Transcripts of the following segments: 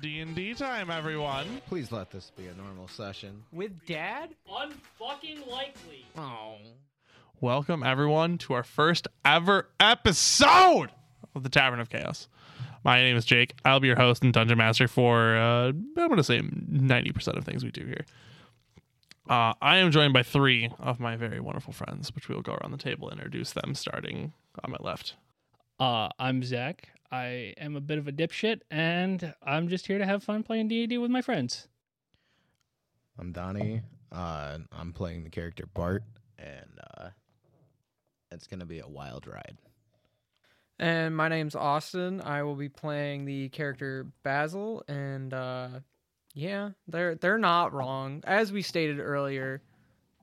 D&D time, everyone. Please let this be a normal session. With dad? Unfucking likely. Oh. Welcome, everyone, to our first ever episode of the Tavern of Chaos. My name is Jake. I'll be your host and dungeon master for, uh, I'm going to say 90% of things we do here. Uh, I am joined by three of my very wonderful friends, which we will go around the table and introduce them, starting on my left. Uh, I'm Zach. I am a bit of a dipshit, and I'm just here to have fun playing D&D with my friends. I'm Donnie. Uh, I'm playing the character Bart, and uh, it's going to be a wild ride. And my name's Austin. I will be playing the character Basil and uh yeah, they're they're not wrong. As we stated earlier,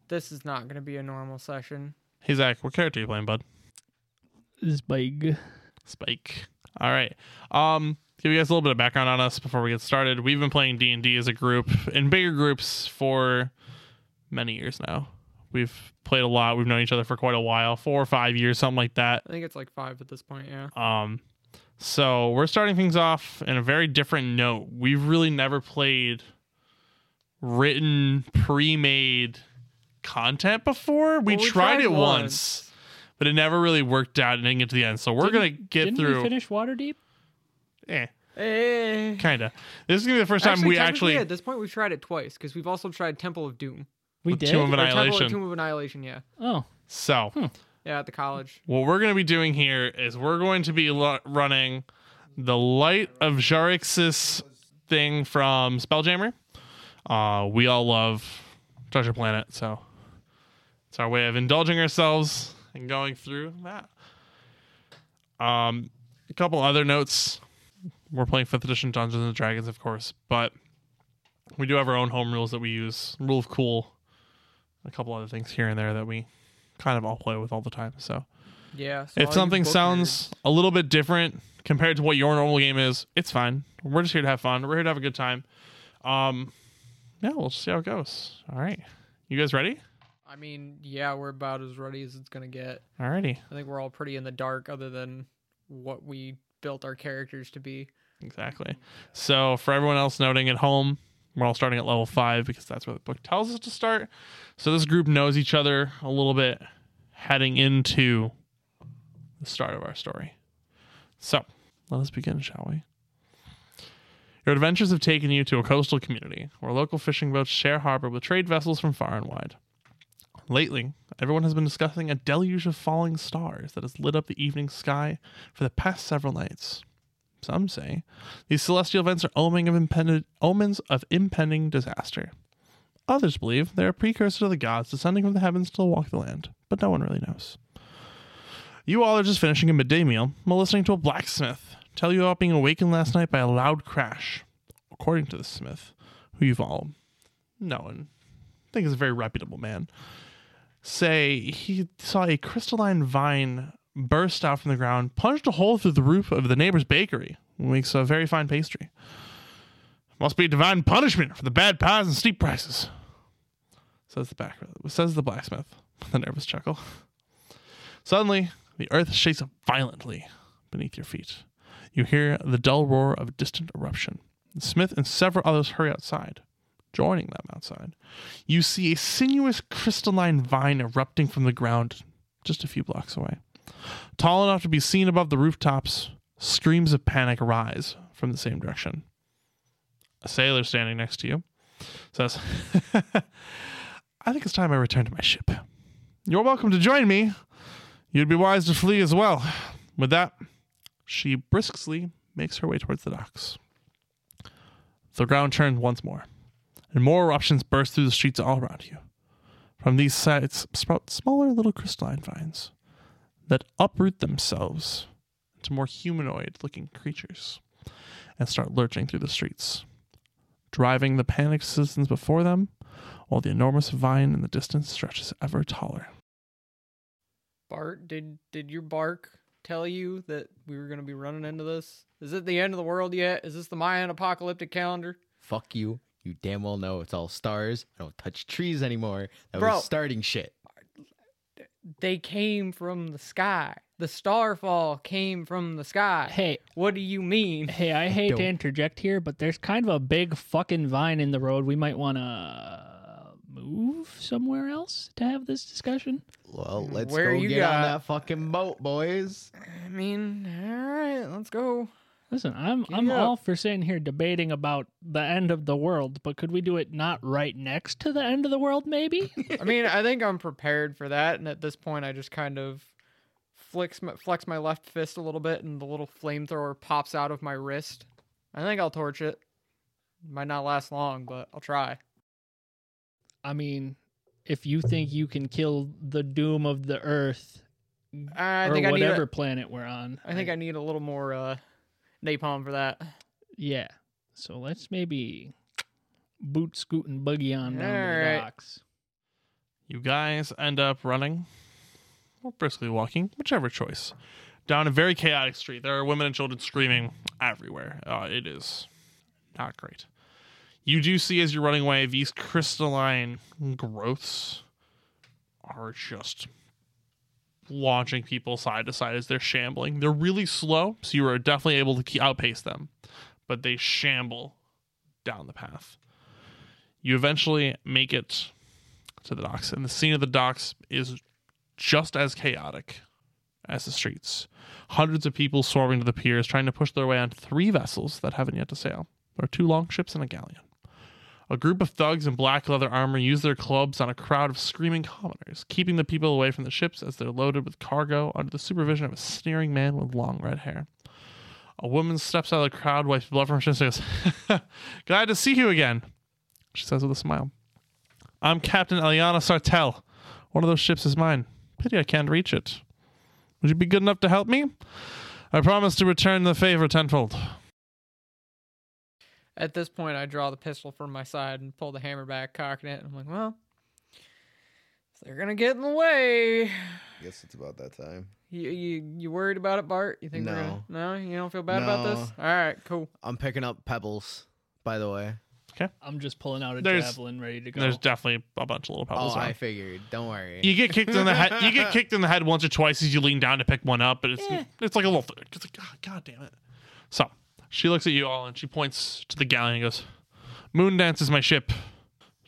this is not going to be a normal session. Hey, Zach, what character are you playing, bud? Spike. Spike. All right. Um, give you guys a little bit of background on us before we get started. We've been playing D and D as a group in bigger groups for many years now. We've played a lot. We've known each other for quite a while, four or five years, something like that. I think it's like 5 at this point, yeah. Um, so we're starting things off in a very different note. We've really never played written, pre-made content before. We, Well, we tried, tried it once. once. but it never really worked out and didn't get to the end. So we're gonna get Didn't through. we finish Waterdeep? eh. Eh. Kinda. This is gonna be the first time we technically, actually at this point we've tried it twice because we've also tried Temple of Doom. We With did. two of Or Temple- Annihilation. Tomb Hmm. of Annihilation, yeah. Oh, So Yeah, at the college. what we're gonna be doing here is we're going to be lo- running the light of Jarix's thing from Spelljammer. Uh, we all love Treasure Planet, so it's our way of indulging ourselves and going through that. Um, a couple other notes. We're playing fifth edition Dungeons and Dragons, of course, but we do have our own home rules that we use. Rule of cool, a couple other things here and there that we kind of all play with all the time. So Yeah. so all if you something book sounds a little bit different compared to what your normal game is, it's fine. We're just here to have fun. We're here to have a good time. Um, yeah, we'll see how it goes. All right, you guys ready? nerds- I mean, yeah, we're about as ready as it's going to get. All righty, I think we're all pretty in the dark other than what we built our characters to be. exactly. So for everyone else noting at home, we're all starting at level five because that's where the book tells us to start. So this group knows each other a little bit heading into the start of our story. So let us begin, shall we? Your adventures have taken you to a coastal community where local fishing boats share harbor with trade vessels from far and wide. Lately, everyone has been discussing a deluge of falling stars that has lit up the evening sky for the past several nights. Some say these celestial events are oming of impended, omens of impending disaster. Others believe they are precursors of the gods descending from the heavens to walk the land, but no one really knows. You all are just finishing a midday meal while listening to a blacksmith tell you about being awakened last night by a loud crash. According to the smith, who you've all known, I think is a very reputable man, say he saw a crystalline vine burst out from the ground, punched a hole through the roof of the neighbor's bakery, and makes a very fine pastry. Must be divine punishment for the bad pies and steep prices, says the back, says the blacksmith with a nervous chuckle. Suddenly, the earth shakes violently beneath your feet. You hear the dull roar of a distant eruption. Smith and several others hurry outside. Joining them outside, you see a sinuous crystalline vine erupting from the ground just a few blocks away. Tall enough to be seen above the rooftops, screams of panic rise from the same direction. A sailor standing next to you says, I think it's time I return to my ship. You're welcome to join me. You'd be wise to flee as well. With that, she briskly makes her way towards the docks. The ground churns once more, and more eruptions burst through the streets all around you. From these sites sprout smaller little crystalline vines that uproot themselves into more humanoid looking creatures and start lurching through the streets, driving the panicked citizens before them while the enormous vine in the distance stretches ever taller. Bart, did did your bark tell you that we were going to be running into this? Is it the end of the world yet? Is this the Mayan apocalyptic calendar? Fuck you. You damn well know it's all stars. I don't touch trees anymore. That Bro. was starting shit. They came from the sky. The starfall came from the sky. Hey, What do you mean? hey, I hate Don't. to interject here, but there's kind of a big fucking vine in the road. We might want to move somewhere else to have this discussion. Well, let's Where go you get on got- that fucking boat, boys. I mean, all right, let's go. Listen, I'm Giddy I'm up. all for sitting here debating about the end of the world, but could we do it not right next to the end of the world, maybe? I mean, I think I'm prepared for that, and at this point, I just kind of flex my, flex my left fist a little bit, and the little flamethrower pops out of my wrist. I think I'll torch it. Might not last long, but I'll try. I mean, if you think you can kill the doom of the earth I or think I need. whatever A, planet we're on, I think I need a little more uh, napalm for that. yeah. So let's maybe boot scoot and buggy on down to the Alright. docks. You guys end up running or briskly walking, whichever choice, down a very chaotic street. There are women and children screaming everywhere. Uh, it is not great. You do see as you're running away, these crystalline growths are just launching people side to side as they're shambling. They're really slow, so you are definitely able to keep, outpace them, but they shamble down the path. You eventually make it to the docks. And the scene of the docks is just as chaotic as the streets. Hundreds of people swarming to the piers, trying to push their way on three vessels that haven't yet to sail, or two longships and a galleon. A group of thugs in black leather armor use their clubs on a crowd of screaming commoners, keeping the people away from the ships as they're loaded with cargo under the supervision of a sneering man with long red hair. A woman steps out of the crowd, wipes blood from her chin, and goes, Glad to see you again, she says with a smile. I'm Captain Eliana Sartell. One of those ships is mine. Pity I can't reach it. Would you be good enough to help me? I promise to return the favor tenfold. At this point, I draw the pistol from my side and pull the hammer back, cocking it. And I'm like, well, if they're gonna get in the way, Guess it's about that time. You you, you worried about it, Bart? You think we're gonna, no? You don't feel bad about this? All right, cool. I'm picking up pebbles, by the way. I'm just pulling out a There's- javelin ready to go. There's definitely a bunch of little pebbles. oh, I around. figured. Don't worry. you get kicked in the head. You get kicked in the head once or twice as you lean down to pick one up, but it's Yeah. it's like a little. It's like God, God damn it. So she looks at you all and she points to the galleon and goes, "Moondance is my ship.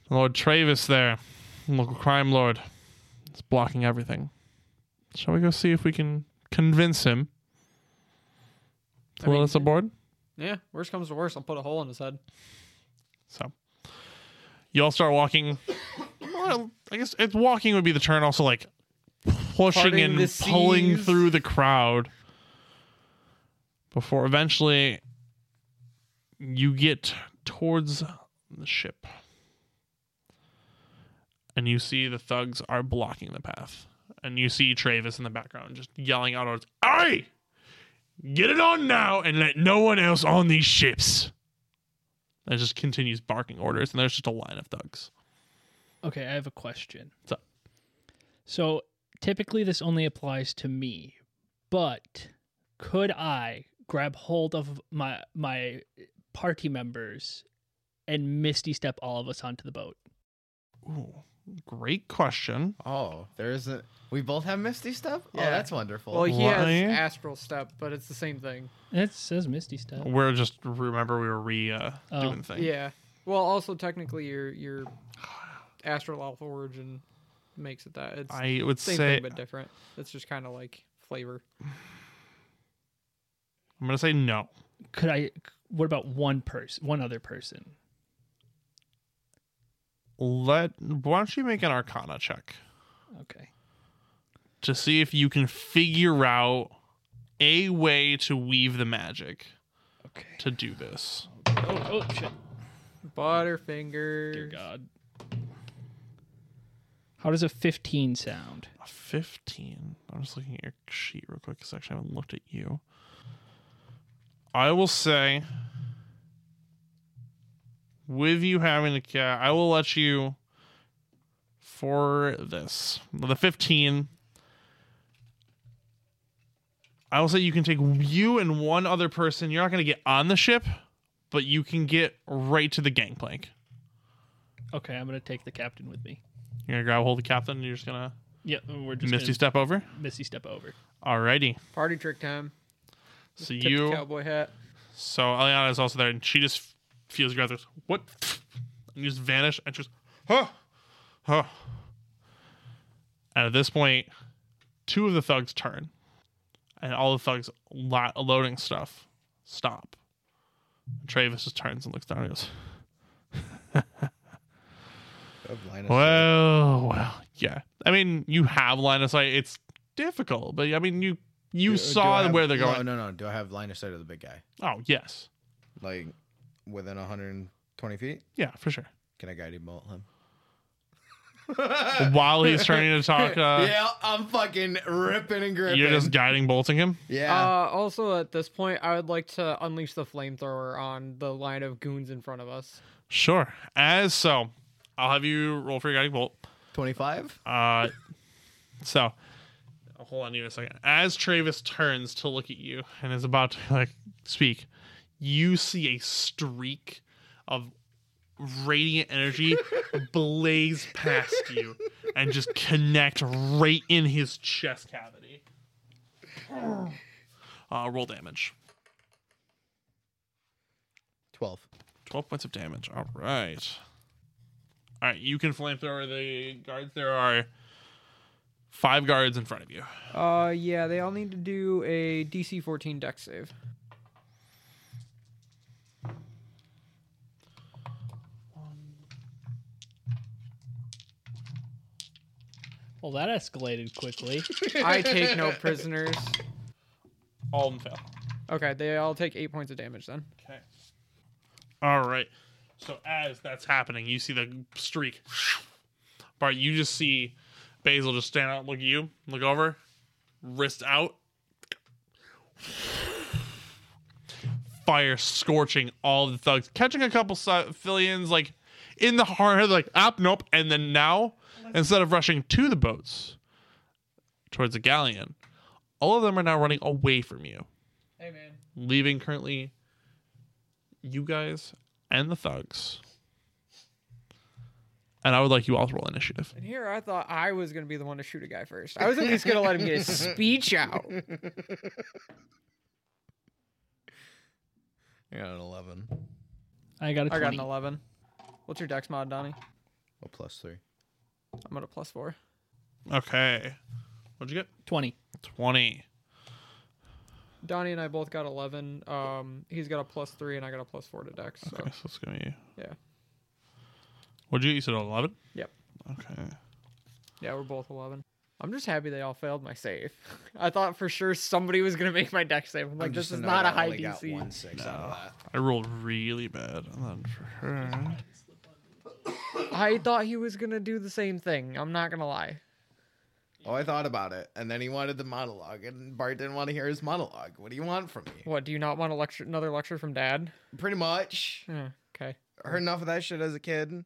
Lord Travis there, local crime lord, is blocking everything. Shall we go see if we can convince him to I let mean, us aboard?" Yeah, worst comes to worst, I'll put a hole in his head. So you all start walking. Well, I guess it's walking would be the turn. Also, like pushing Parting and the pulling seas. through the crowd before eventually you get towards the ship. And you see the thugs are blocking the path. And you see Travis in the background just yelling out orders, Hey! Get it on now and let no one else on these ships. And it just continues barking orders, and there's just a line of thugs. Okay, I have a question. What's up? So typically this only applies to me, but could I grab hold of my my party members and misty step all of us onto the boat? Ooh, great question. oh, there isn't. We both have misty stuff. Oh, Yeah. that's wonderful. Well, he has Liar. astral step, but it's the same thing. It says misty step. We're just remember we were re uh, Oh. doing things. Yeah. Well, also technically, your your astral alpha origin makes it that it's I would same say thing but different. It's just kind of like flavor. I'm gonna say no. Could I what about one person, one other person? Let why don't you make an Arcana check Okay. to see if you can figure out a way to weave the magic Okay. to do this. Oh, oh shit. Butterfinger. Dear god. How does a 15 sound? A Fifteen. I'm just looking at your sheet real quick because actually I haven't looked at you. I will say, with you having the cat, I will let you for this. The 15. I will say you can take you and one other person. You're not going to get on the ship, but you can get right to the gangplank. Okay, I'm going to take the captain with me. You're going to grab hold of the captain and you're just going to Yeah, we're just misty gonna step over. misty step over. Alrighty. Party trick time. So Tip the you cowboy hat. So Eliana is also there, and she just feels grabbed. goes, What? And you just vanish, and she's, huh, huh. And at this point, two of the thugs turn, and all the thugs lo- loading stuff stop. And Travis just turns and looks down and goes, Of line of sight. Well, well, yeah. I mean, you have line of sight. It's difficult, but I mean, you you Do- do saw I have- where they're no, going. No, no, Do I have line of sight of the big guy? Oh, yes. Like within 120 feet? Yeah, for sure. Can I guiding bolt him? While he's turning to talk, uh, yeah, I'm fucking ripping and gripping. You're just guiding bolting him? yeah. Uh, also, at this point, I would like to unleash the flamethrower on the line of goons in front of us. Sure. As so, I'll have you roll for your guiding bolt. 25. Uh so hold on here a second. As Travis turns to look at you and is about to like speak, you see a streak of radiant energy blaze past you and just connect right in his chest cavity. Uh, roll damage. 12. 12 points of damage. All right. All right, you can flamethrower the guards. There are five guards in front of you. Uh, yeah, they all need to do a DC 14 dex save. Well, that escalated quickly. I take no prisoners. All of them fail. Okay, they all take eight points of damage then. Okay. All right. So as that's happening, you see the streak. Bart, you just see Basil just stand out, look at you, look over, wrist out. Fire scorching all the thugs, catching a couple civilians like in the heart, like up, nope. And then now, instead of rushing to the boats towards the galleon, all of them are now running away from you Hey, man. leaving currently you guys and the thugs. And I would like you all to roll initiative. And here I thought I was going to be the one to shoot a guy first. I was at least going to let him get his speech out. I got an 11. I got a I 20. got an 11. What's your dex mod, Donnie? A plus three. I'm at a plus four. Okay. What'd you get? 20. 20. Donnie and I both got 11. Um, he's got a plus three, and I got a plus four to dex. So, Okay, so it's going to be. yeah. What'd you get? You said 11? Yep. Okay. Yeah, we're both 11. I'm just happy they all failed my save. I thought for sure somebody was going to make my deck save. I'm like, I'm this just is annoyed not a I high only got DC. one six out of that. I rolled really bad. And then for her. I thought he was going to do the same thing. I'm not going to lie. Oh, I thought about it. And then he wanted the monologue, and Bart didn't want to hear his monologue. What do you want from me? What, do you not want a lecture, another lecture from dad? Pretty much. Huh, okay. Heard enough of that shit as a kid.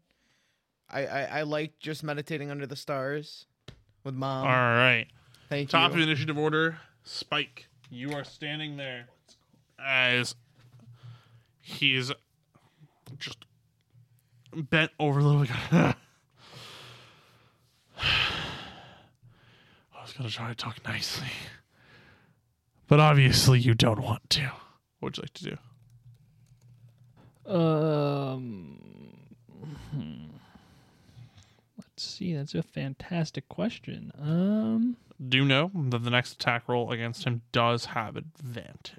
I, I, I liked just meditating under the stars with mom. All right. Thank Top of you. initiative order, Spike. You are standing there as he's just bent over a little bit. I was gonna try to talk nicely, but obviously you don't want to. What would you like to do? Um, hmm. let's see. That's a fantastic question. Um, Do know that the next attack roll against him does have advantage,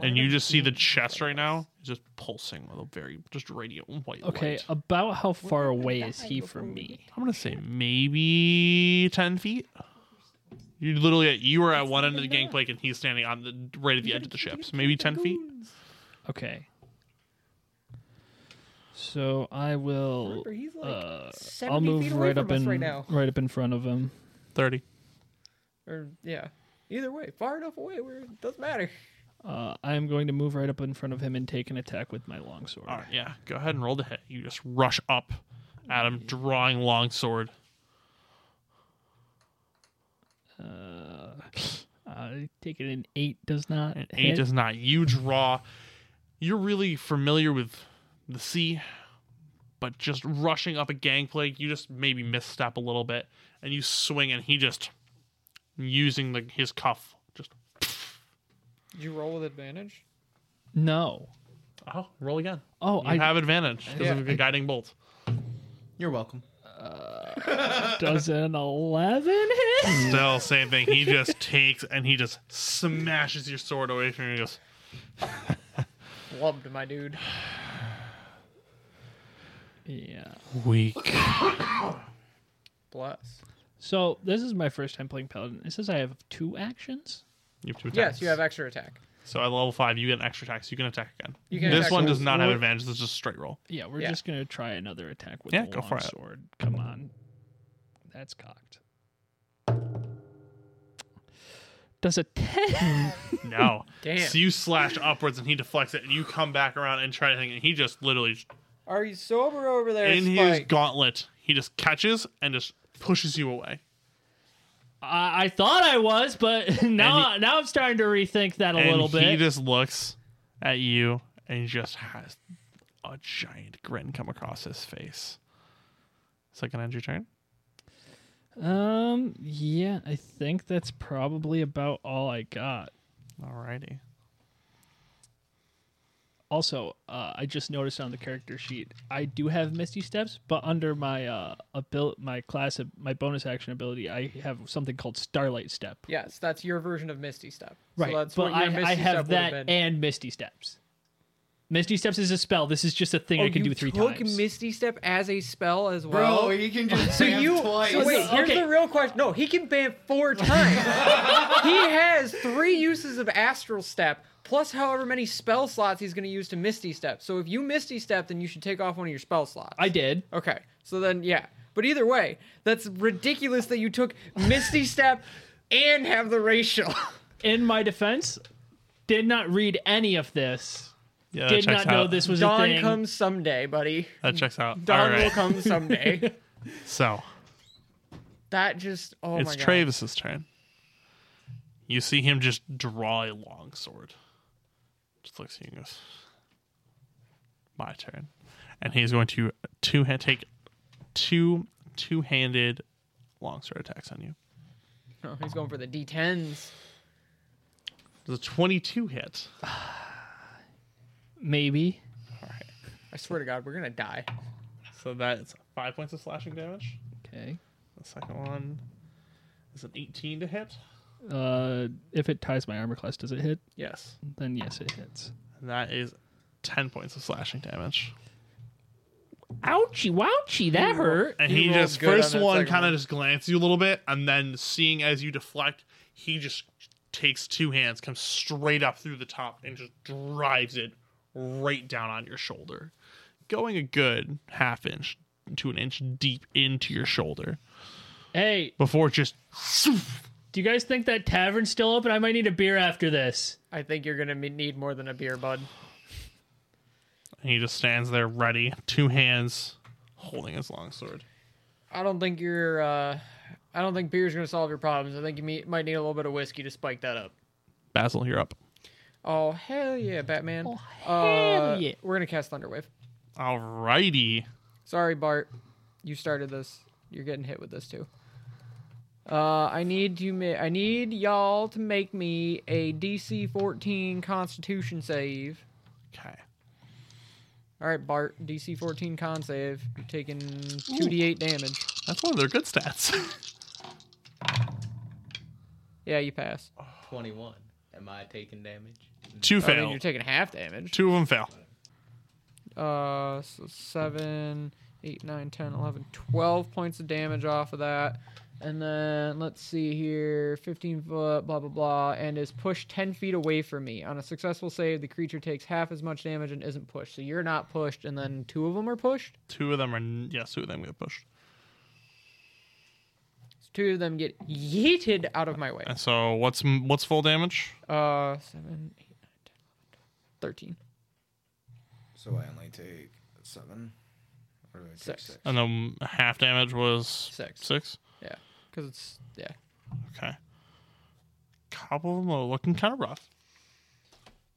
and you just see the chest right now is just pulsing with a very just radiant white okay. light. About how far away is he from me? I'm gonna say maybe ten feet. You literally you were at one end of the gangplank and he's standing on the right at the edge of the ship. So maybe ten feet. Okay. So I will. Remember, he's like Uh, I'll 70 feet move away right from up us in right now. right up in front of him. Thirty. Or, yeah. Either way, far enough away where it doesn't matter. Uh, I am going to move right up in front of him and take an attack with my longsword. Alright, yeah. Go ahead and roll the hit. You just rush up at him, drawing longsword. Uh, I take it an eight does not. And hit. eight does not. You draw you're really familiar with the sea, but just rushing up a gangplank, you just maybe misstep a little bit and you swing and he just using the his cuff. Just Did you roll with advantage? No. oh, roll again. Oh, You I have advantage because Yeah. of the guiding bolt. You're welcome. does an eleven hit? Still, same thing. He just takes and he just smashes your sword away from you. And goes, Loved my dude. yeah. weak. Bless. So this is my first time playing paladin. It says I have two actions. You have two attacks. Yes, you have extra attack. So at level five, you get an extra attack. So you can attack again. You can this attack one with- does not have with- advantage. This is just a straight roll. Yeah, we're Yeah. just gonna try another attack with Yeah, the go for long it. sword. Come on, that's cocked. Does a ten? No. Damn. So you slash upwards and he deflects it, and you come back around and try to think, and he just literally just- Are you sober over there, in his Spike? gauntlet, he just catches and just pushes you away. I, I thought I was, but now now I'm starting to rethink that a and little he bit. just looks at you and just has a giant grin come across his face. Is that gonna end your turn? um, yeah, I think that's probably about all I got. Alrighty. Also, uh, I just noticed on the character sheet I do have Misty Steps, but under my uh abil- my class ab- my bonus action ability, I have something called Starlight Step. Yes, that's your version of Misty Step. Right, So that's but what your I, Misty I have Step would've that Been. and Misty Steps. Misty Steps is a spell. This is just a thing I can do three Oh, took times. Misty Step as a spell as well. Bro, you can just so you so wait. Okay. Here's the real question. No, he can ban four times. he has three uses of Astral Step plus however many spell slots he's going to use to Misty Step. So if you Misty Step, then you should take off one of your spell slots. I did. Okay, so then yeah. But either way, that's ridiculous that you took Misty Step and have the racial. In my defense, did not read any of this. Yeah, that Did Uh, checks not know out. this was a Dawn thing. comes someday, buddy. That checks out. Dawn All right. will come someday. So that just oh it's my god. Travis's turn. You see him just draw a long sword. Just looks at you and goes, "My turn," and he's going to two hand take two two handed longsword attacks on you. Oh, he's going for the D10s. Does a twenty two hit? Maybe. All right. I swear to God, we're gonna die. So that's five points of slashing damage. Okay. The second one is an eighteen to hit. Uh, if it ties my armor class, does it hit? Yes, Then yes, it hits. and that is ten points of slashing damage. Ouchie, wouchie, that hurt. And You he rolled just good on first that one second kind of one. just glances you a little bit, and then seeing as you deflect, he just takes two hands, comes straight up through the top, and just drives it right down on your shoulder, going a good half inch to an inch deep into your shoulder Hey, before just do you guys think that tavern's still open? I might need a beer after this. I think you're gonna me- need more than a beer, bud. and he just stands there ready, two hands holding his long sword. I don't think you're. Uh, I don't think beer's gonna solve your problems. I think you me- might need a little bit of whiskey to spike that up. Basil, you're up. Oh hell yeah, Batman! Oh hell yeah. We're gonna cast Thunderwave. Alrighty. Sorry, Bart. You started this. You're getting hit with this too. Uh, I need you. Ma- I need y'all to make me a DC 14 Constitution save. Okay. All right, Bart. DC 14 con save. You're taking 2d8 damage. That's one of their good stats. Yeah, you pass. Oh, 21. Am I taking damage? two then fail. you're taking half damage. Two of them fail. Uh, so 7, 8, 9, 10, 11, 12 points of damage off of that. And then let's see here 15 foot, blah, blah, blah, and is pushed 10 feet away from me. On a successful save, the creature takes half as much damage and isn't pushed. So you're not pushed, and then two of them are pushed. Two of them are n- yeah. Two of them get pushed. So two of them get yeeted out of my way. And so what's m- what's full damage? Uh, 7, 8, 9, 10, 11, 13. So I only take seven. Or do I take Six. six? And then half damage was Six. Six. Yeah, because it's yeah. Okay. Couple of them are looking kind of rough.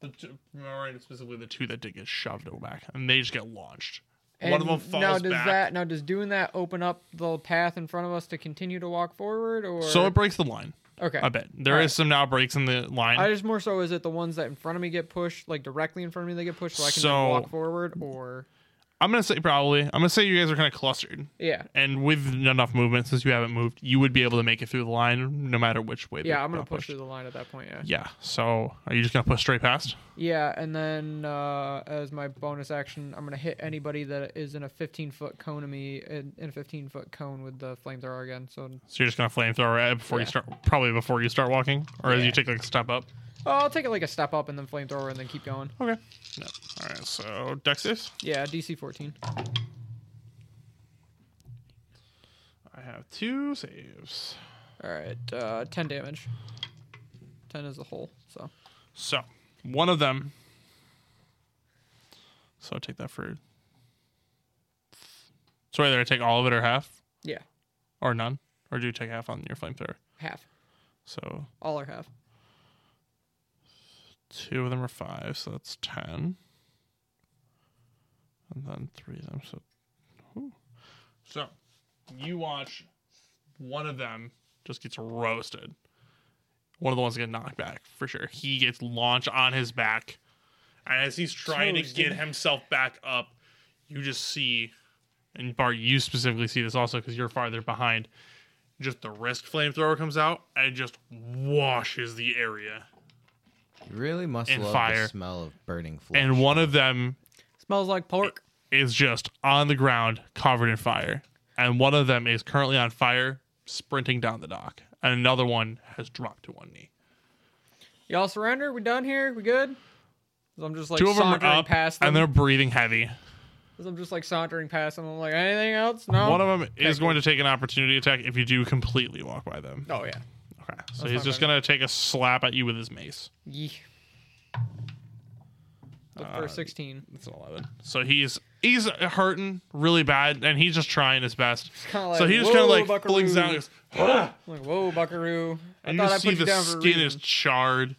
The two, remembering specifically the two that did get shoved over back, and they just get launched. One of them And Now falls does back. that now does doing that open up the path in front of us to continue to walk forward or So it breaks the line. Okay. I bet there is Alright. some now breaks in the line. I just more so is it the ones that in front of me get pushed, like directly in front of me they get pushed, so I can So- then walk forward, or I'm gonna say probably. I'm gonna say you guys are kind of clustered, yeah, and with enough movement, since you haven't moved, you would be able to make it through the line no matter which way. they yeah, I'm gonna got push pushed. through the line at that point. Yeah. Yeah. So are you just gonna push straight past? Yeah, and then uh, as my bonus action, I'm gonna hit anybody that is in a 15 foot cone of me in, in a 15 foot cone with the flamethrower again. So So you're just gonna flamethrower it before you Yeah. start, probably before you start walking, or as you Yeah. take like a step up. oh, I'll take it like a step up and then flamethrower and then keep going. Okay. No. All right. So Dexis, Yeah, DC 14. I have two saves. All right, uh, 10 damage. 10 is the whole. So So one of them. So I take that for. So either I take all of it or half, yeah, or none, or do you take half on your flamethrower? half, So all or half. two of them are five, so that's ten. And then three of them, so. Ooh. So, you watch one of them just gets roasted. One of the ones that get knocked back for sure. He gets launched on his back, and as he's trying Toasted. to get himself back up, you just see, and Bart, you specifically see this also because you're farther behind. Just the wrist flamethrower comes out and it just washes the area. You really must And love fire. the smell of burning flesh. and one of them Smells like pork. is just on the ground covered in fire and one of them is currently on fire sprinting down the dock and another one has dropped to one knee Y'all surrender? We done here? We good? 'Cause I'm just like two of them are sauntering up past them. and they're breathing heavy 'Cause I'm just like sauntering past them. I'm like, anything else? No. one of them is cool. going to take an opportunity attack if you do completely walk by them Oh yeah. okay so That's he's not just bad. going to take a slap at you with his mace Yee. The Uh, first 16. it's an 11 so he's he's hurting really bad and he's just trying his best kinda like, so he just kind of "Whoa, like buckaroo." blings down and goes, "Ah!" I'm like, whoa, Buckaroo! I and you thought I see put you the down for a skin is reason. charred.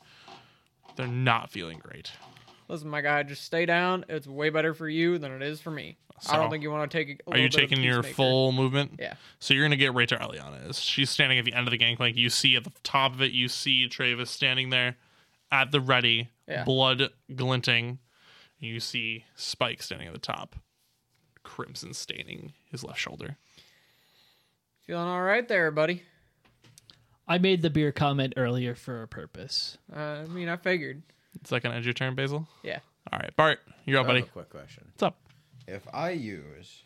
They're not feeling great. Listen, my guy, just stay down. It's way better for you than it is for me. I So, don't think you want to take. A Are you taking your full movement? Yeah. So you're gonna get right to Eliana. Is she's standing at the end of the gangplank? You see at the top of it. You see Travis standing there, at the ready, Yeah. blood glinting. You see Spike standing at the top, crimson staining his left shoulder. Feeling all right there, buddy. I made the beer comment earlier for a purpose. Uh, I mean, I figured. Is that gonna end your turn, Basil? Yeah. All right, Bart, you're up, I have buddy. a quick question. What's up? If I use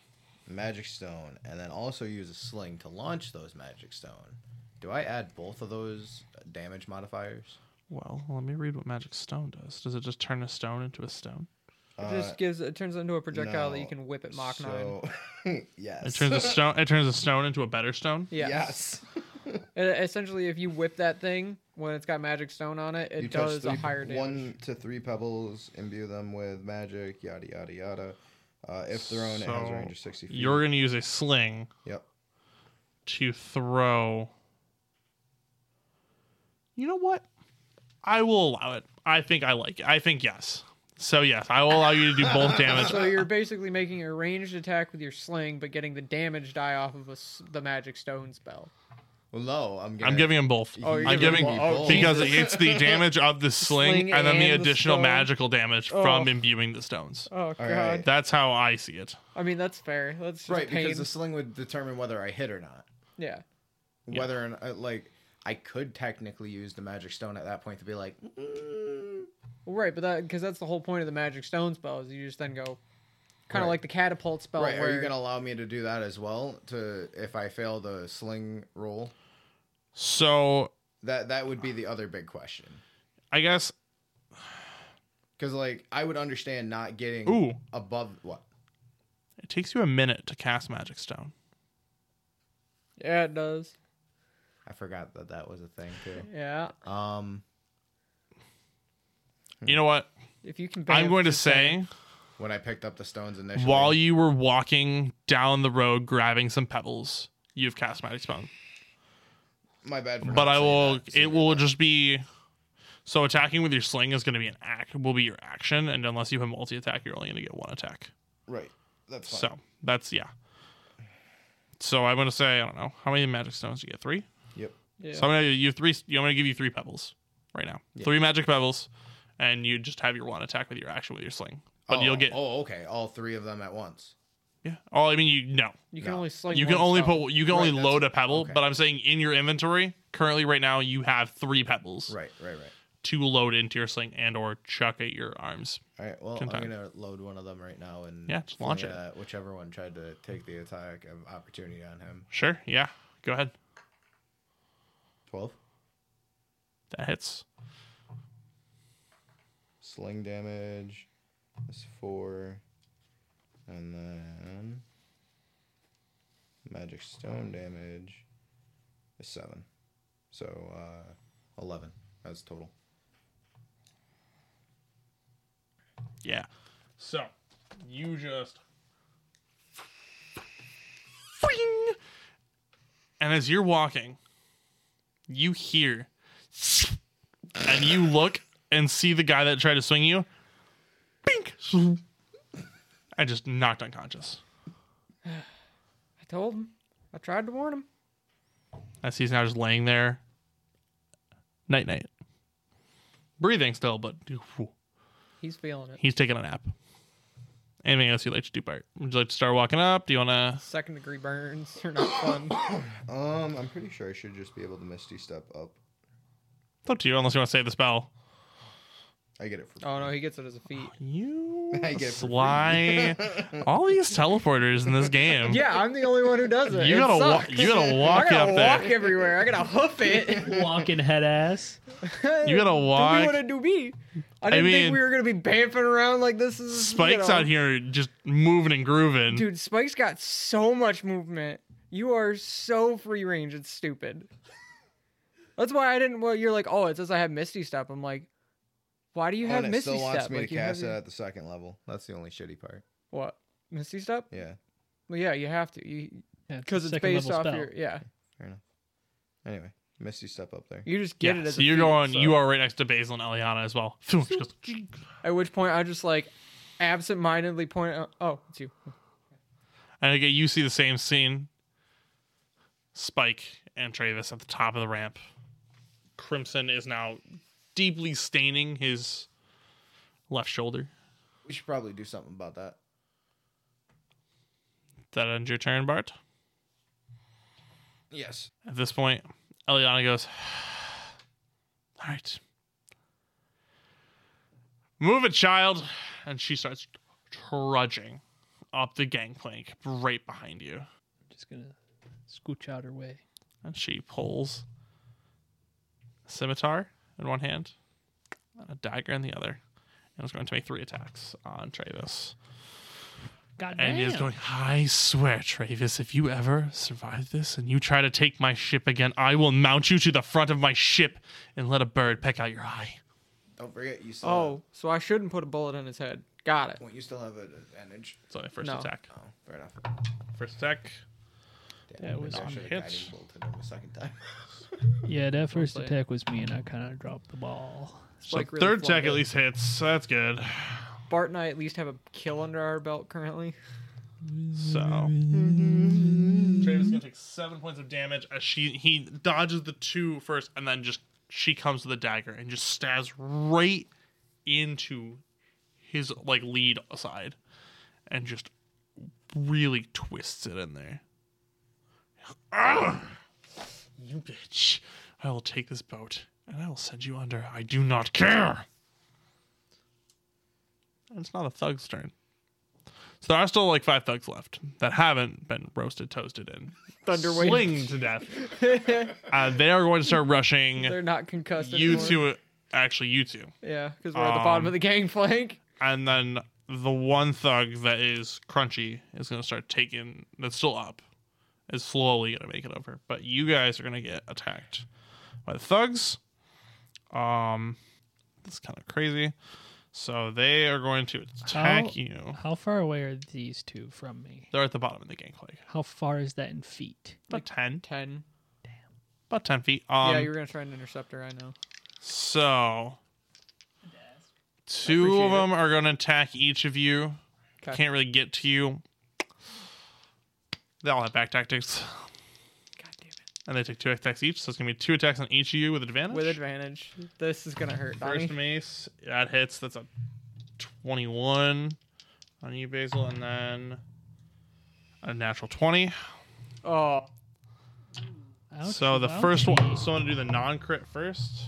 magic stone and then also use a sling to launch those magic stone, do I add both of those damage modifiers? Well, let me read what magic stone does. Does it just turn a stone into a stone? It just gives. It turns into a projectile that you Uh, no. can whip at Mach nine. so, yes. It turns a stone. It turns a stone into a better stone. Yeah. Yes. It- uh, essentially, if you whip that thing when it's got magic stone on it, it You touch does a three- higher damage. One to three pebbles, imbue them with magic, yada yada yada. Uh, if thrown, it has a So, range of sixty feet. You're gonna use a sling Yep. to throw. You know what? I will allow it. I think I like it. I think yes. So yes, I will allow you to do both damage. So you're basically making a ranged attack with your sling, but getting the damage die off of a s the magic stone spell. Well, no, I'm. Gonna, I'm giving him both. Oh, you're I'm giving giving him both. because Oh, Jesus. it's the damage of the sling, sling and then the and the additional stone. magical damage from Oh. imbuing the stones. Oh god. right. That's how I see it. I mean, that's fair. That's just right pain. because the sling would determine whether I hit or not. Yeah. Whether or not, like I could technically use the magic stone at that point to be like, mm, Well, right, but that because that's the whole point of the magic stone spell is you just then go, kind of Right. like the catapult spell. right? Are where- you gonna allow me to do that as well? To if I fail the sling roll, So that that would be the other big question. I guess. Because like I would understand not getting Ooh, above what it takes you a minute to cast magic stone. Yeah, it does. I forgot that that was a thing too. Yeah. Um, You know what? If you can. I'm bam, going to just say. when I picked up the stones initially, While you were walking down the road grabbing some pebbles, you've cast Magic Stone. my bad. For But not I saying will, that. it will just be. So attacking with your sling is going to be an act, will be your action, and unless you have multi attack, you're only going to get one attack. right. That's fine. So that's, yeah. So I'm going to say, I don't know, how many magic stones do you get? Three? Yep. Yeah. So I'm gonna you have three. I'm gonna give you three pebbles right now. Yeah. Three magic pebbles, and you just have your one attack with your action with your sling. But oh, you'll get Oh, okay. All three of them at once. yeah. Oh, I mean you no. you can No. only sling. you can one only spell. put you can Right, only that's- load a pebble. okay. But I'm saying in your inventory currently right now you have three pebbles Right, right, right. to load into your sling and or chuck at your arms. All right. Well, Can I'm time. gonna load one of them right now and Yeah, just launch fling it. at Whichever one tried to take the attack of opportunity on him. Sure. Yeah. Go ahead. Twelve That hits. sling damage. That's four, and then magic stone damage is seven. So uh, eleven. That's total. Yeah. So you just. And as you're walking, you hear. And you look and see the guy that tried to swing you. Bink! I just knocked unconscious. I told him. I tried to warn him. As he's now just laying there. Night night. Breathing still, but He's feeling it. he's taking a nap. Anything else you'd like to do, Bart? Would you like to start walking up? Do you want to Second degree burns are not fun. Um, I'm pretty sure I should just be able to misty step up. It's up to you, unless you want to save the spell. I get it for. Oh no, he gets it as a feat. You I get it for free. sly. All these teleporters in this game. Yeah, I'm the only one who does it. You It gotta walk. sucks. You gotta I walk gotta up walk there. everywhere. I gotta hoof it. Walking head ass. You gotta Do me what walk. I do me. I didn't mean- think we were gonna be bamfing around like this is Spike's you know. out here just moving and grooving. Dude, Spike's got so much movement. You are so free range. It's stupid. That's why I didn't. Well, you're like, oh, it says I have Misty Step. I'm like, why do you Oh, have and it Misty still wants Step? me like, to you have cast it your- at the second level. That's the only shitty part. What Misty Step? Yeah. Well, yeah, you have to. You Yeah, because a it's second based level off spell. your yeah. Anyway, Misty step up there. You just yeah, get it as so a you're feat, going. so- You are right next to Basil and Eliana as well. She goes, At which point I just like absent-mindedly point out, oh, it's you. and again, you see the same scene. Spike and Travis at the top of the ramp. Crimson is now deeply staining his left shoulder. We should probably do something about that. That ends your turn, Bart. Yes. At this point, Eliana goes, All right. Move it, child. And she starts trudging up the gangplank right behind you. Just gonna scooch out her way. And she pulls a scimitar in one hand and a dagger in the other. And is going to make three attacks on Travis. God And damn. he's going, I swear, Travis, if you ever survive this and you try to take my ship again, I will mount you to the front of my ship and let a bird peck out your eye. Don't forget you still. Oh, so I shouldn't put a bullet in his head. Got it. Have, well, you still have an advantage. It's only first No. attack. Oh, fair enough. First attack. Damn, was maybe I on should've hit. guiding bolted him a second time. yeah, that first play. attack was me, and I kind of dropped the ball. So Spike really third attack flunked at it. least hits. so that's good. Bart and I at least have a kill under our belt currently. So Travis is gonna take seven points of damage as she he dodges the two first, and then just she comes with a dagger and just stabs right into his like lead side, and just really twists it in there. Ugh! You bitch! I will take this boat and I will send you under. I do not care. And it's not a thug's turn. So there are still like five thugs left that haven't been roasted, toasted, and Thunderwave. slinged to death. Uh, they are going to start rushing They're not concussed you anymore. two, actually you two, Yeah, because we're at the bottom Um, of the gangplank. and then the one thug that is crunchy is going to start taking that's still up, is slowly going to make it over. But you guys are going to get attacked by the thugs. Um, that's kind of crazy. So they are going to attack Oh. How- you. How far away are these two from me? They're at the bottom of the gangplank. How far is that in feet? About ten. Ten. About ten feet. Um, yeah, you were gonna try an interceptor. I know. So, two appreciate of them are going to attack each of you. 'Kay. Can't really get to you. They all have back tactics. God damn it. and they take two attacks each. So it's gonna be two attacks on each of you with advantage. with advantage. This is gonna hurt. First Donnie. mace that hits. That's a twenty-one on you, Basil, and then a natural twenty. Oh, Ouch, so the ouch. first one. So I'm gonna do the non-crit first.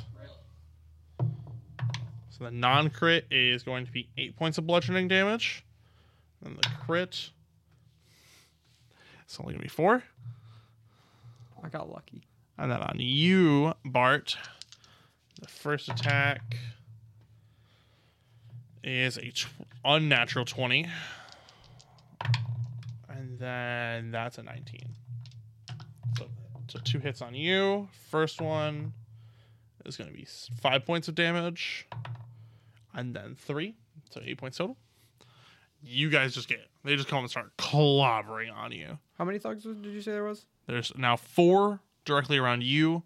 So the non-crit is going to be eight points of bludgeoning damage, and the crit. It's only gonna be four. I got lucky. And then on you, Bart, the first attack is a tw- unnatural 20. And then that's a 19. So, so two hits on you. First one is going to be s- five points of damage. And then three. So eight points total. You guys just get, they just come and start clobbering on you. How many thugs did you say there was? There's now four directly around you.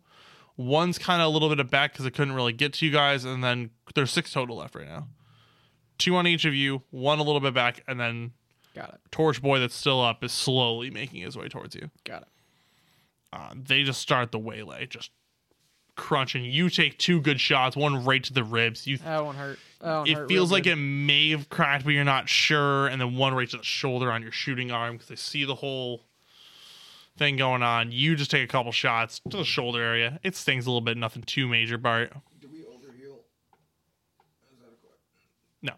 One's kind of a little bit of back because it couldn't really get to you guys, and then there's six total left right now. Two on each of you, one a little bit back, and then Got it. Torch Boy that's still up is slowly making his way towards you. Got it. Uh, they just start the waylay, just crunching. You take two good shots, one right to the ribs. You, That won't hurt. That won't it hurt feels real like good. it may have cracked, but you're not sure, and then one right to the shoulder on your shooting arm because they see the whole thing going on. You just take a couple shots to the shoulder area. It stings a little bit, nothing too major, Bart. Do we older heal? Is that a quick? No.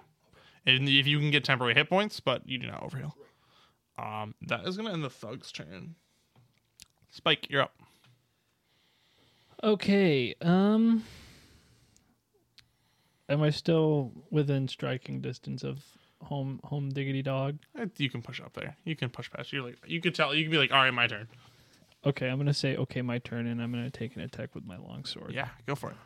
And if you can get temporary hit points, but you do not overheal. Um, that is gonna end the thug's turn. Spike, you're up. Okay. Um. Am I still within striking distance of home home diggity dog? Uh, You can push up there. You can push past. You're like you could tell. You can be like, all right, my turn. Okay, I'm gonna say okay, my turn, and I'm gonna take an attack with my longsword. Yeah, go for it.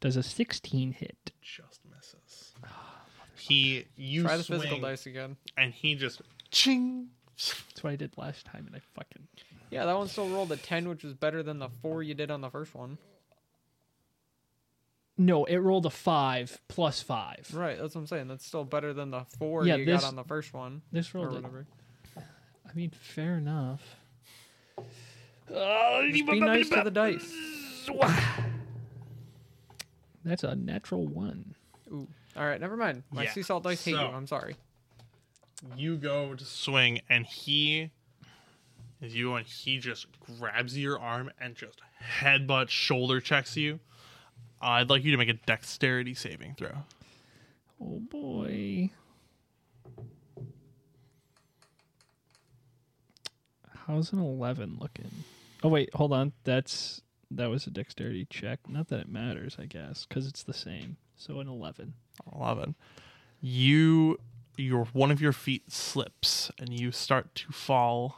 Does a 16 hit? Just misses. Ah, He you Try the swing, physical dice again. and he just ching. That's what I did last time, and I fucking Yeah, that one still rolled a ten, which was better than the four you did on the first one. no. It rolled a five plus five. Right, that's what I'm saying. That's still better than the four Yeah, you this- got on the first one. This Or rolled. A, whatever. I mean, fair enough. Ah, Just be nice to the dice. That's a natural one. Ooh. All right, never mind. My Yeah, sea salt dice hate you. so- I'm sorry. You go to swing, and he is you, and he just grabs your arm and just headbutt shoulder checks you. I'd like you to make a dexterity saving throw. Oh boy. How's an 11 looking? Oh wait, hold on. That's that was a dexterity check. Not that it matters, I guess, cuz it's the same. So an 11. Eleven. You, your one of your feet slips, and you start to fall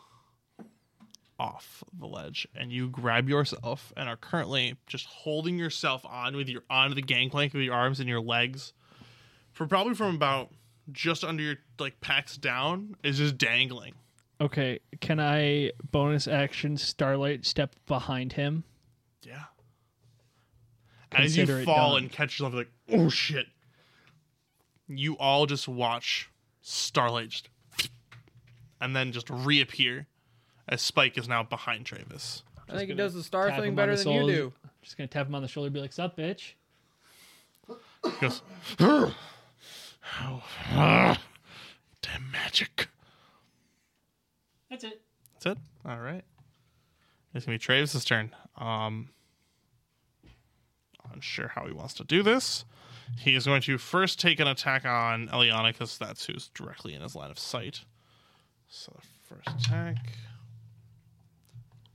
off the ledge, and you grab yourself, and are currently just holding yourself on with your on the gangplank with your arms and your legs, for probably from about just under your like packs down is just dangling. Okay, can I bonus action starlight step behind him? Yeah. As you Consider it fall done. and catch yourself, like, oh shit. You all just watch Starlight just and then just reappear as Spike is now behind Travis. I think he gonna does the star tap him thing on better the than you soles- do. Just going to tap him on the shoulder and be like, "Sup, bitch?" He goes, oh, ah, damn magic. That's it. That's it. All right. It's gonna be Travis's turn. Um, unsure how he wants to do this. He is going to first take an attack on Eliana because that's who's directly in his line of sight. So the first attack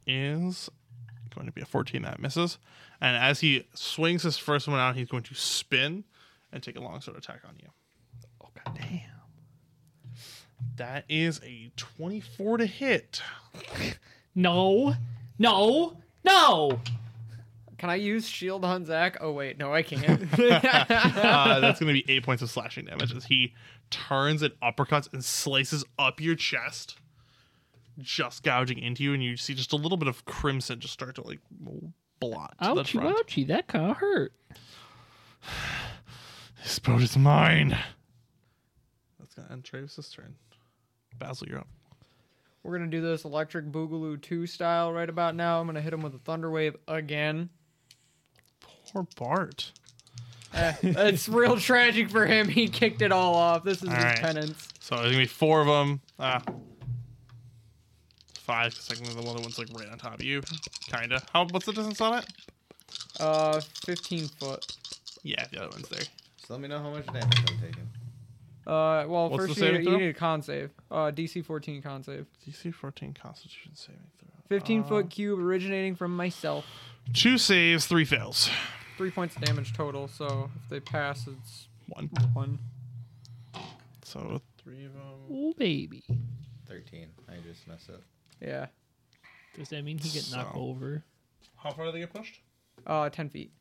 is going to be a 14 that misses. And as he swings his first one out, he's going to spin and take a longsword attack on you. Oh god damn. That is a 24 to hit. No. No. No. Can I use shield on Zach? Oh wait, no, I can't. uh, that's going to be eight points of slashing damage as he turns and uppercuts and slices up your chest, just gouging into you, and you see just a little bit of crimson just start to like blot to the Ouchie, front. ouchie. That kind of hurt. This boat is mine. That's going to end Travis's turn. Basil, you're up. We're gonna do this electric boogaloo two style right about now. I'm gonna hit him with a thunder wave again. Poor Bart. Eh, it's real tragic for him. He kicked it all off. This is his Alright. penance. So there's gonna be four of them. Ah, five. Because technically the other one's like right on top of you, kinda. How? What's the distance on it? Uh, 15 foot. Yeah, the other one's there. So let me know how much damage I'm taking. Uh, well, What's first the you, saving need- you throw? need a con save. Uh, DC 14 con save. DC 14 Constitution saving throw. 15 Uh, foot cube originating from myself. Two saves, three fails. Three points of damage total. So if they pass, it's One. one. So three of them. Oh baby. Thirteen. I just messed up. Yeah. Does that mean he get knocked So- over? How far do they get pushed? Uh, 10 feet.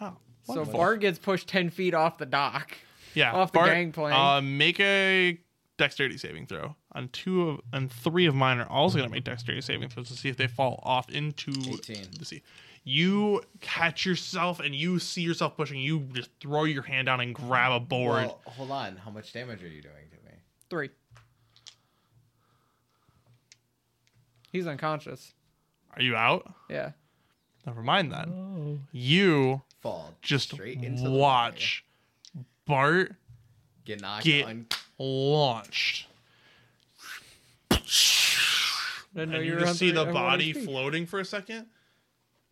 Oh. So Bart gets pushed 10 feet off the dock. yeah, off the gangplank. Uh, make a dexterity saving throw. On two of and three of mine are also gonna make dexterity saving throws to see if they fall off into 18. the sea. You catch yourself and you see yourself pushing. You just throw your hand down and grab a board. Well, hold on. How much damage are you doing to me? Three. He's unconscious. are you out? Yeah. Never mind then. Oh. You Fall just straight into the water. watch Bart Get knocked. get un- launched. Didn't know and you you, were on just see three- the on one body HP. floating for a second. And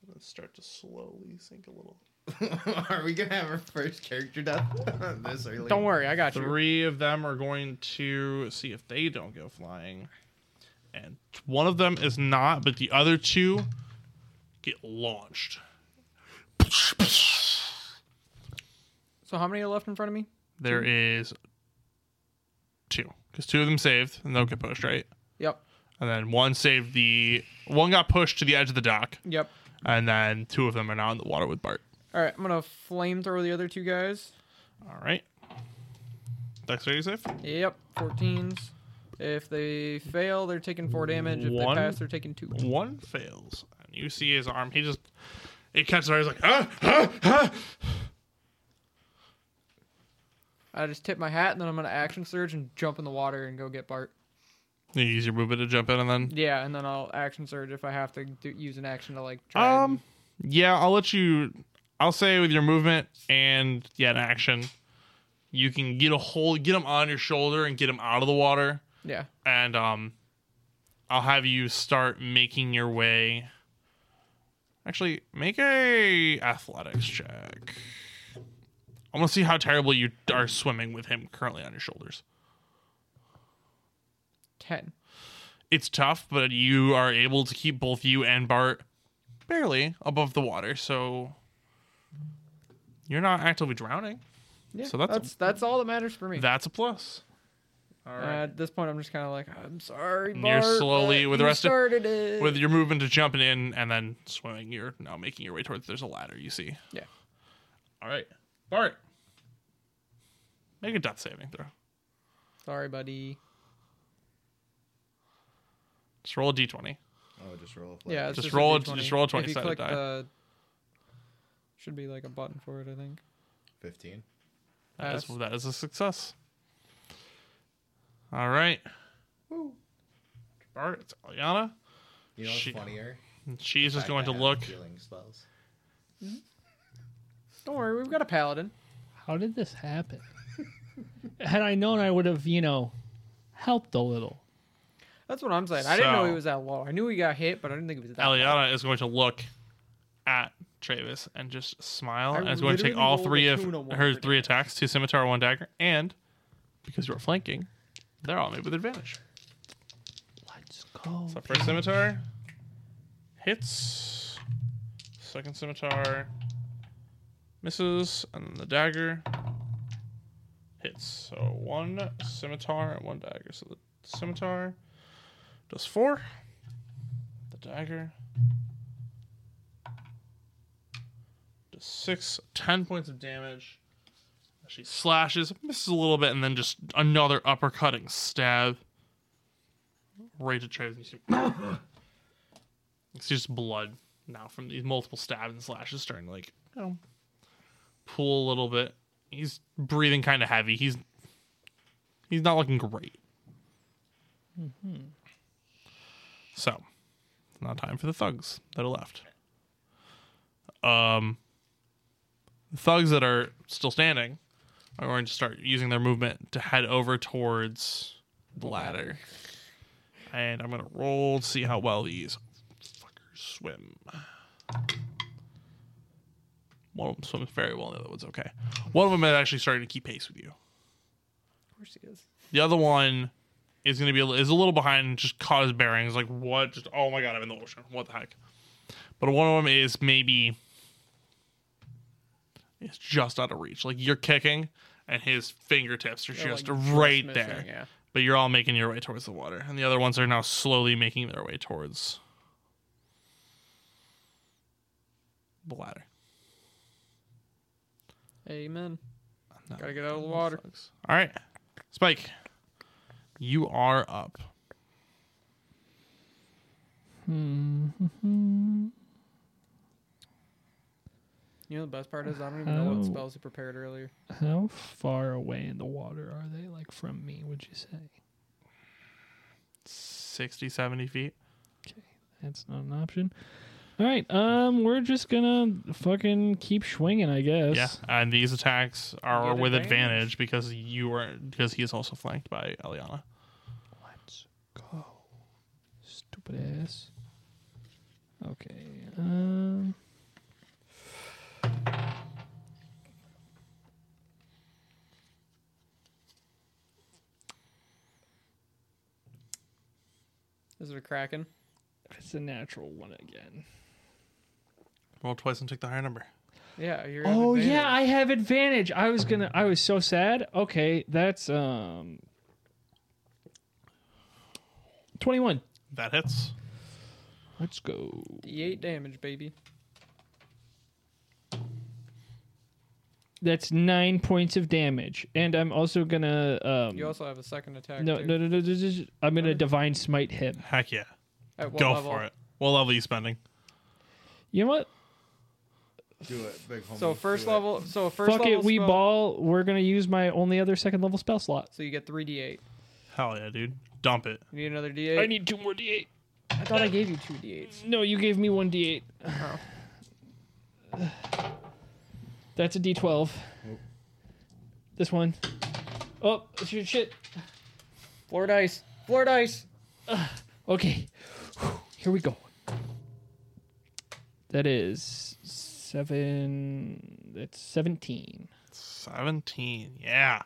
then start to slowly sink a little. are we gonna have our first character death this early? Don't worry, I got you. Three of them are going to see if they don't go flying. And one of them is not, but the other two get launched. So how many are left in front of me? There is two. Because two of them saved and they'll get pushed, right? Yep. And then one saved the one got pushed to the edge of the dock. Yep. And then two of them are now in the water with Bart. All right, I'm gonna flamethrower the other two guys. All right. Dexterity save. Yep, 14s. If they fail, they're taking four damage. If One. they pass, they're taking two. One fails. And you see his arm. He just it catches her. He's like, "Ah, huh, huh, huh. I just tip my hat and then I'm gonna action surge and jump in the water and go get Bart. You use your movement to jump in, and then Yeah, and then I'll action surge if I have to do, use an action to like. Try um, yeah, I'll let you. I'll say with your movement and yeah, an action, you can get a hold, get him on your shoulder, and get him out of the water. and- yeah. and um I'll have you start making your way. Actually, make a athletics check. I want to see how terrible you are swimming with him currently on your shoulders. Ten. It's tough, but you are able to keep both you and Bart barely above the water, so you're not actively drowning. Yeah. So So that's that's a- that's, all that matters for me. That's a plus. All Uh, right. At this point, I'm just kind of like, I'm sorry, And Bart. you're slowly- but with the you rest of- started it. With your movement to jumping in and then swimming, you're now making your way towards. There's a ladder you see. Yeah. All right, Bart. Make a death saving throw. Sorry, buddy. Just roll a d20. Oh, just roll. A Yeah. yeah. it's Just a roll a- D20. just roll a If you 20 sided click die. the, should be like a button for it, I think. Fifteen. That is Pass. that is a success. All right. Bart, it's Aliana. You know what's Shit. funnier? And She's just Fact going I to have look. Healing spells. Don't worry, we've got a paladin. How did this happen? Had I known, I would have, you know, helped a little. That's what I'm saying. I didn't know he So- was that low. I knew he got hit, but I didn't think he was that. low. Aliana is going to look at Travis and just smile, I and is going to take literally all rolled three a of two and a one her for three attacks: two scimitar, one dagger, and because you're flanking, they're all made with advantage. Let's go. So first scimitar hits. Second scimitar misses, and then the dagger hits. So one scimitar and one dagger. So the scimitar does four. The dagger does six. Ten points of damage. She slashes, misses a little bit, and then just another uppercutting stab right to Travis. and you see- It's just blood now from these multiple stabs and slashes starting to like you know, pool a little bit. He's breathing kind of heavy. He's he's not looking great. So, now time for the thugs that are left. Um, the thugs that are still standing are going to start using their movement to head over towards the ladder. And I'm going to roll to see how well these fuckers swim. One of them swims very well, the other one's okay. One of them is actually starting to keep pace with you. Of course he is. The other one is going to be a li- is a little behind, just caught his bearings. Like what? Just oh my god, I'm in the ocean. What the heck? But one of them is maybe it's just out of reach. Like you're kicking, and his fingertips are They're, just like, right missing, there. Yeah. But you're all making your way towards the water, and the other ones are now slowly making their way towards the ladder. Amen. No. Gotta get out of the water. Sucks. All right, Spike, you are up. Hmm. You know the best part is I don't even know Oh. what spells he prepared earlier. How far away in the water are they, like from me? Would you say? 60, 70 feet. That's not an option. All right, um, we're just gonna fucking keep swinging, I guess. Yeah, and these attacks are Get with advantage. advantage. because you are because he is also flanked by Eliana. Let's go. Stupid ass. Okay. Um. Is it a kraken? It's a natural one again. Roll twice and take the higher number. Yeah. You're Oh yeah, I have advantage. I was gonna. I was so sad. Okay, that's um. Twenty-one. That hits. Let's go. D8 damage, baby. That's nine points of damage, and I'm also gonna. Um, You also have a second attack. no, too. no, no, no, no, no, no, I'm gonna divine smite him. Heck yeah, At what go level? for it. What level are you spending? You know what? Do it, big homie. So first do it. level. So first Fuck level. it, we spell- ball. We're gonna use my only other second level spell slot. So you get three D8. Hell yeah, dude. Dump it. You need another D8. I need two more d8. I thought I gave you two D8s. No, you gave me one d8. Oh. That's a d12. This one. Oh shit! shit. Floor dice. Floor dice. Okay, here we go. That is seven. That's seventeen. Seventeen. Yeah.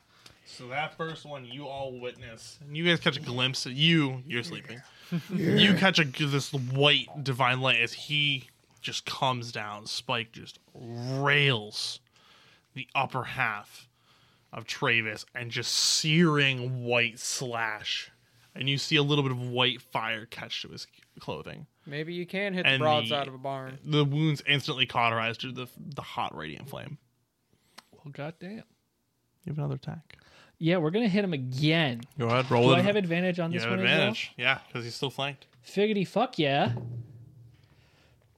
So that first one you all witness, and you guys catch a glimpse. Of you you're sleeping. You catch a this white divine light as he just comes down. Spike just rails the upper half of Travis and just searing white slash, and you see a little bit of white fire catch to his clothing. Maybe you can hit the And broadside the- of a barn. The wounds instantly cauterized through the the hot radiant flame. Well, goddamn. You have another attack. Yeah, we're gonna hit him again. Go ahead, roll. Do it. I have advantage on You this have one? as well? advantage. Yeah, because he's still flanked. Figgity fuck yeah.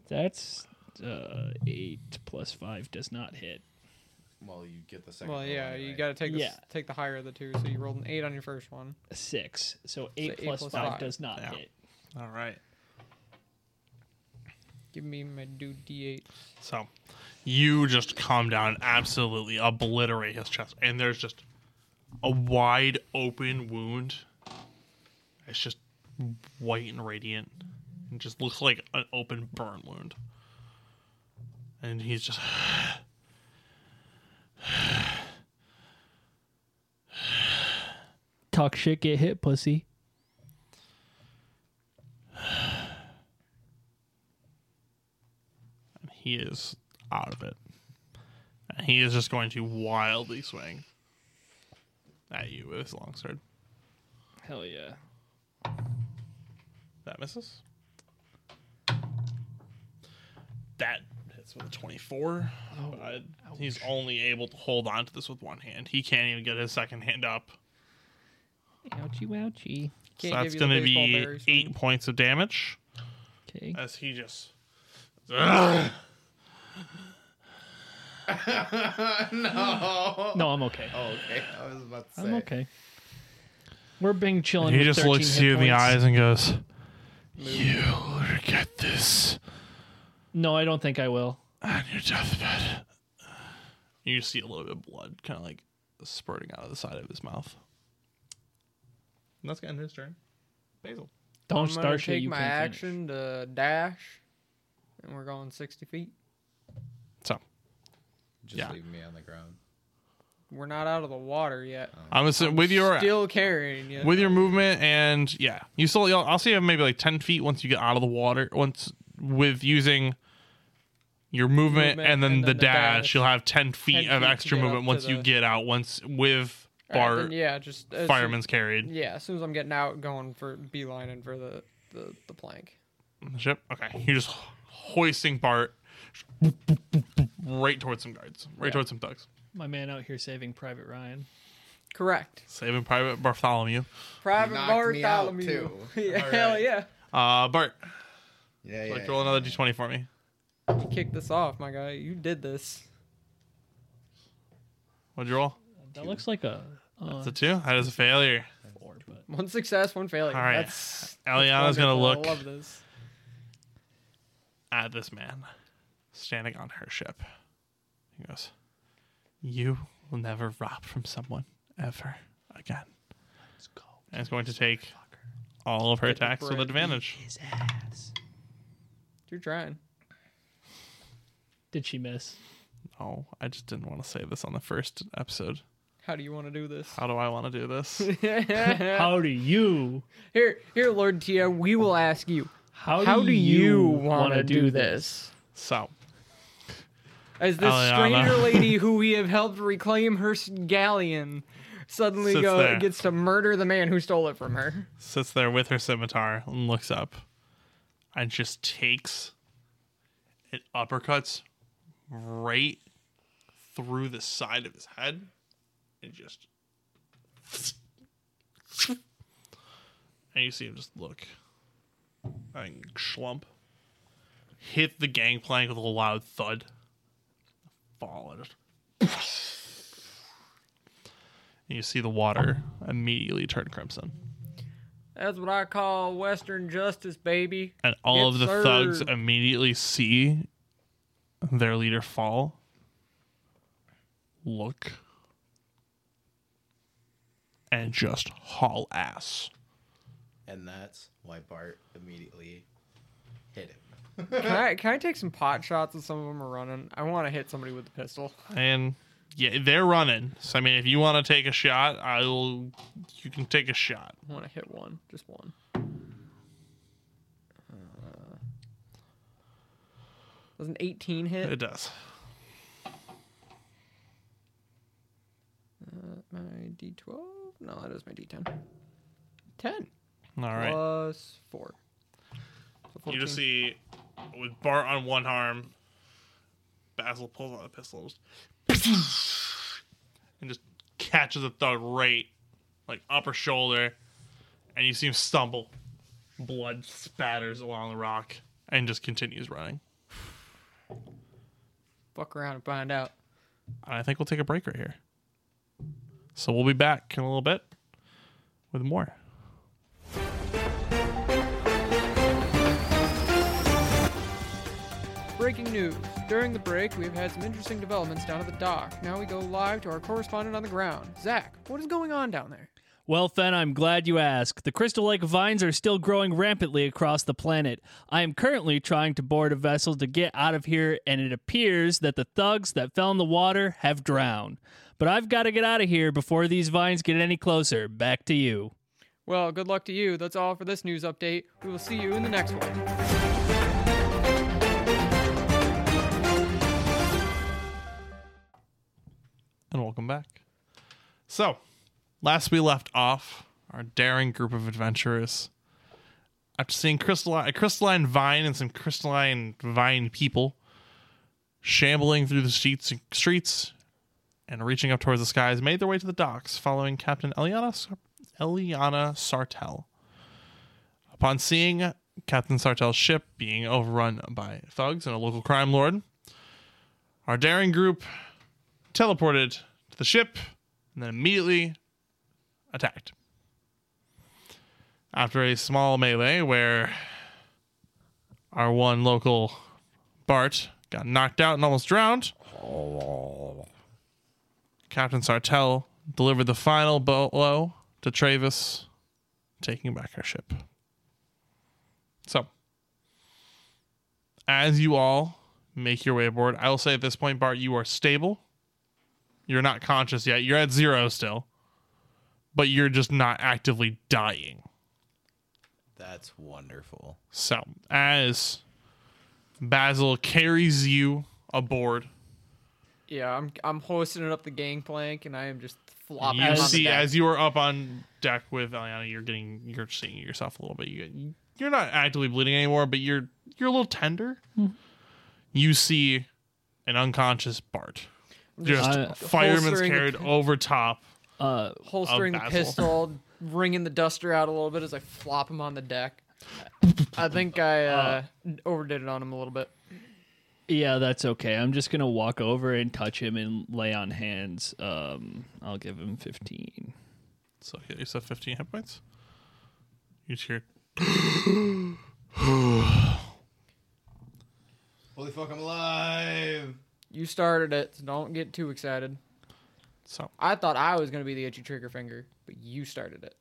That's uh, eight plus five does not hit. Well, you get the second. Well, one yeah, you anyway. got to take this, Yeah. take the higher of the two. So you rolled an eight on your first one. Six. So eight, eight plus plus five, five. does not Yeah. hit. All right. Give me my dude D8. So you just calm down and absolutely obliterate his chest. And there's just a wide open wound. It's just white and radiant. It just looks like an open burn wound. And he's just. Talk shit, get hit, pussy. He is out of it. And he is just going to wildly swing at you with his long sword. Hell yeah. That misses. That hits with a 24. Oh, but he's only able to hold on to this with one hand. He can't even get his second hand up. Ouchie wouchie. Can't so give that's you the going to baseball be berries, eight man. points of damage Okay. as he just. no. No, I'm okay. Oh, okay. I was about to say. I'm okay. We're being chilling. he with just 13 looks hit you in the points. eyes and goes, You will regret this No, I don't think I will. on your deathbed. You see a little bit of blood kind of like spurting out of the side of his mouth. And that's going to end his turn. Basil. Don't I'm gonna start shit. take You my can action to dash, and we're going sixty feet. So Just Yeah. leaving me on the ground. We're not out of the water yet. I'm assuming with your Still carrying you. with your movement and yeah, you still you'll, I'll see you have maybe like ten feet once you get out of the water. Once with using your movement, Movement and then the, dash, you'll have ten feet 10 feet of to extra get movement up to once you the- get out. Once with All right, bar then, yeah, just as fireman's carried Soon, yeah, as soon as I'm getting out, going for beelining for the the, the plank. the ship. Okay, you're just hoisting Bart right towards some guards, right towards some thugs. My man out here saving Private Ryan. Correct. Saving Private Bartholomew. Private knocked me out, Bartholomew. too. yeah, All Hell right. yeah! Uh, Bart, Yeah, yeah. like roll yeah, another yeah. d20 for me. You kicked this off, my guy. You did this. What'd you roll? That looks like a. Uh, It's a two. That is a failure. four, but One success, one failure. All right. That's Eliana's gonna wonderful. look I love this. at this man standing on her ship. He goes, You will never rob from someone ever again. let's go. And it's going to take all of her Get the attacks with bread. advantage. His ass. You're trying. Did she miss? Oh, I just didn't want to say this on the first episode. How do you want to do this? How do I want to do this? How do you? Here, here, Lord Tia, we will ask you. How, How do you want wanna to do this? so, As this Eliana. stranger lady who we have helped reclaim her s- galleon suddenly Sits go, there. gets to murder the man who stole it from her. sits there with her scimitar and looks up and just takes it uppercuts right through the side of his head and just and you see him just look and slump hit the gangplank with a loud thud fall and just and you see the water immediately turn crimson That's what I call Western justice, baby. and all Yes, of the sir. thugs immediately see their leader fall look and just haul ass And that's why Bart immediately hit him. Can I, can I take some pot shots and some of them are running? I want to hit somebody with the pistol. and yeah they're running so i mean if you want to take a shot i'll you can take a shot I want to hit one, just one. Uh, Does an 18 hit? it does My D12? No, that is my D10. 10 all right plus 4. So You just 14. see with Bart on one arm, Basil pulls out the pistol and just- and just catches a thug right, like upper shoulder, and you see him stumble. Blood spatters along the rock and just continues running. Fuck around and find out. And I think we'll take a break right here. So we'll be back in a little bit with more. Breaking news. During the break, we've had some interesting developments down at the dock. Now we go live to our correspondent on the ground. Zach, what is going on down there? Well, Fen, I'm glad you asked. The crystal lake vines are still growing rampantly across the planet. I am currently trying to board a vessel to get out of here, and it appears that the thugs that fell in the water have drowned. But I've got to get out of here before these vines get any closer. Back to you. Well, good luck to you. That's all for this news update. We will see you in the next one. and welcome back. So, last we left off, our daring group of adventurers, after seeing crystalline, a crystalline vine and some crystalline vine people shambling through the streets, streets and reaching up towards the skies, made their way to the docks, following Captain Eliana, Sar- Eliana Sartell. Upon seeing Captain Sartell's ship being overrun by thugs and a local crime lord, our daring group teleported to the ship, and then immediately attacked. After a small melee where our one local Bart got knocked out and almost drowned. Captain Sartell delivered the final blow to Travis, taking back our ship. So, as you all make your way aboard, I will say at this point, Bart, you are stable. You're not conscious yet. You're at zero still, but you're just not actively dying. That's wonderful. So, as Basil carries you aboard, Yeah, I'm I'm hoisting it up the gangplank, and I am just flopping. you on the see deck. as you are up on deck with Eliana, you're getting you're seeing yourself a little bit. You you're not actively bleeding anymore, but you're you're a little tender. You see an unconscious Bart, just Uh, fireman's holstering the carried pi- over top. Uh, holstering the Basil. pistol, wringing the duster out a little bit as I flop him on the deck. I think I uh, overdid it on him a little bit. yeah, that's okay. I'm just gonna walk over and touch him and lay on hands. Um, I'll give him 15. So get yourself 15 hit points. You just hear Holy fuck, I'm alive! You started it, so don't get too excited. so I thought I was gonna be the itchy trigger finger, but you started it.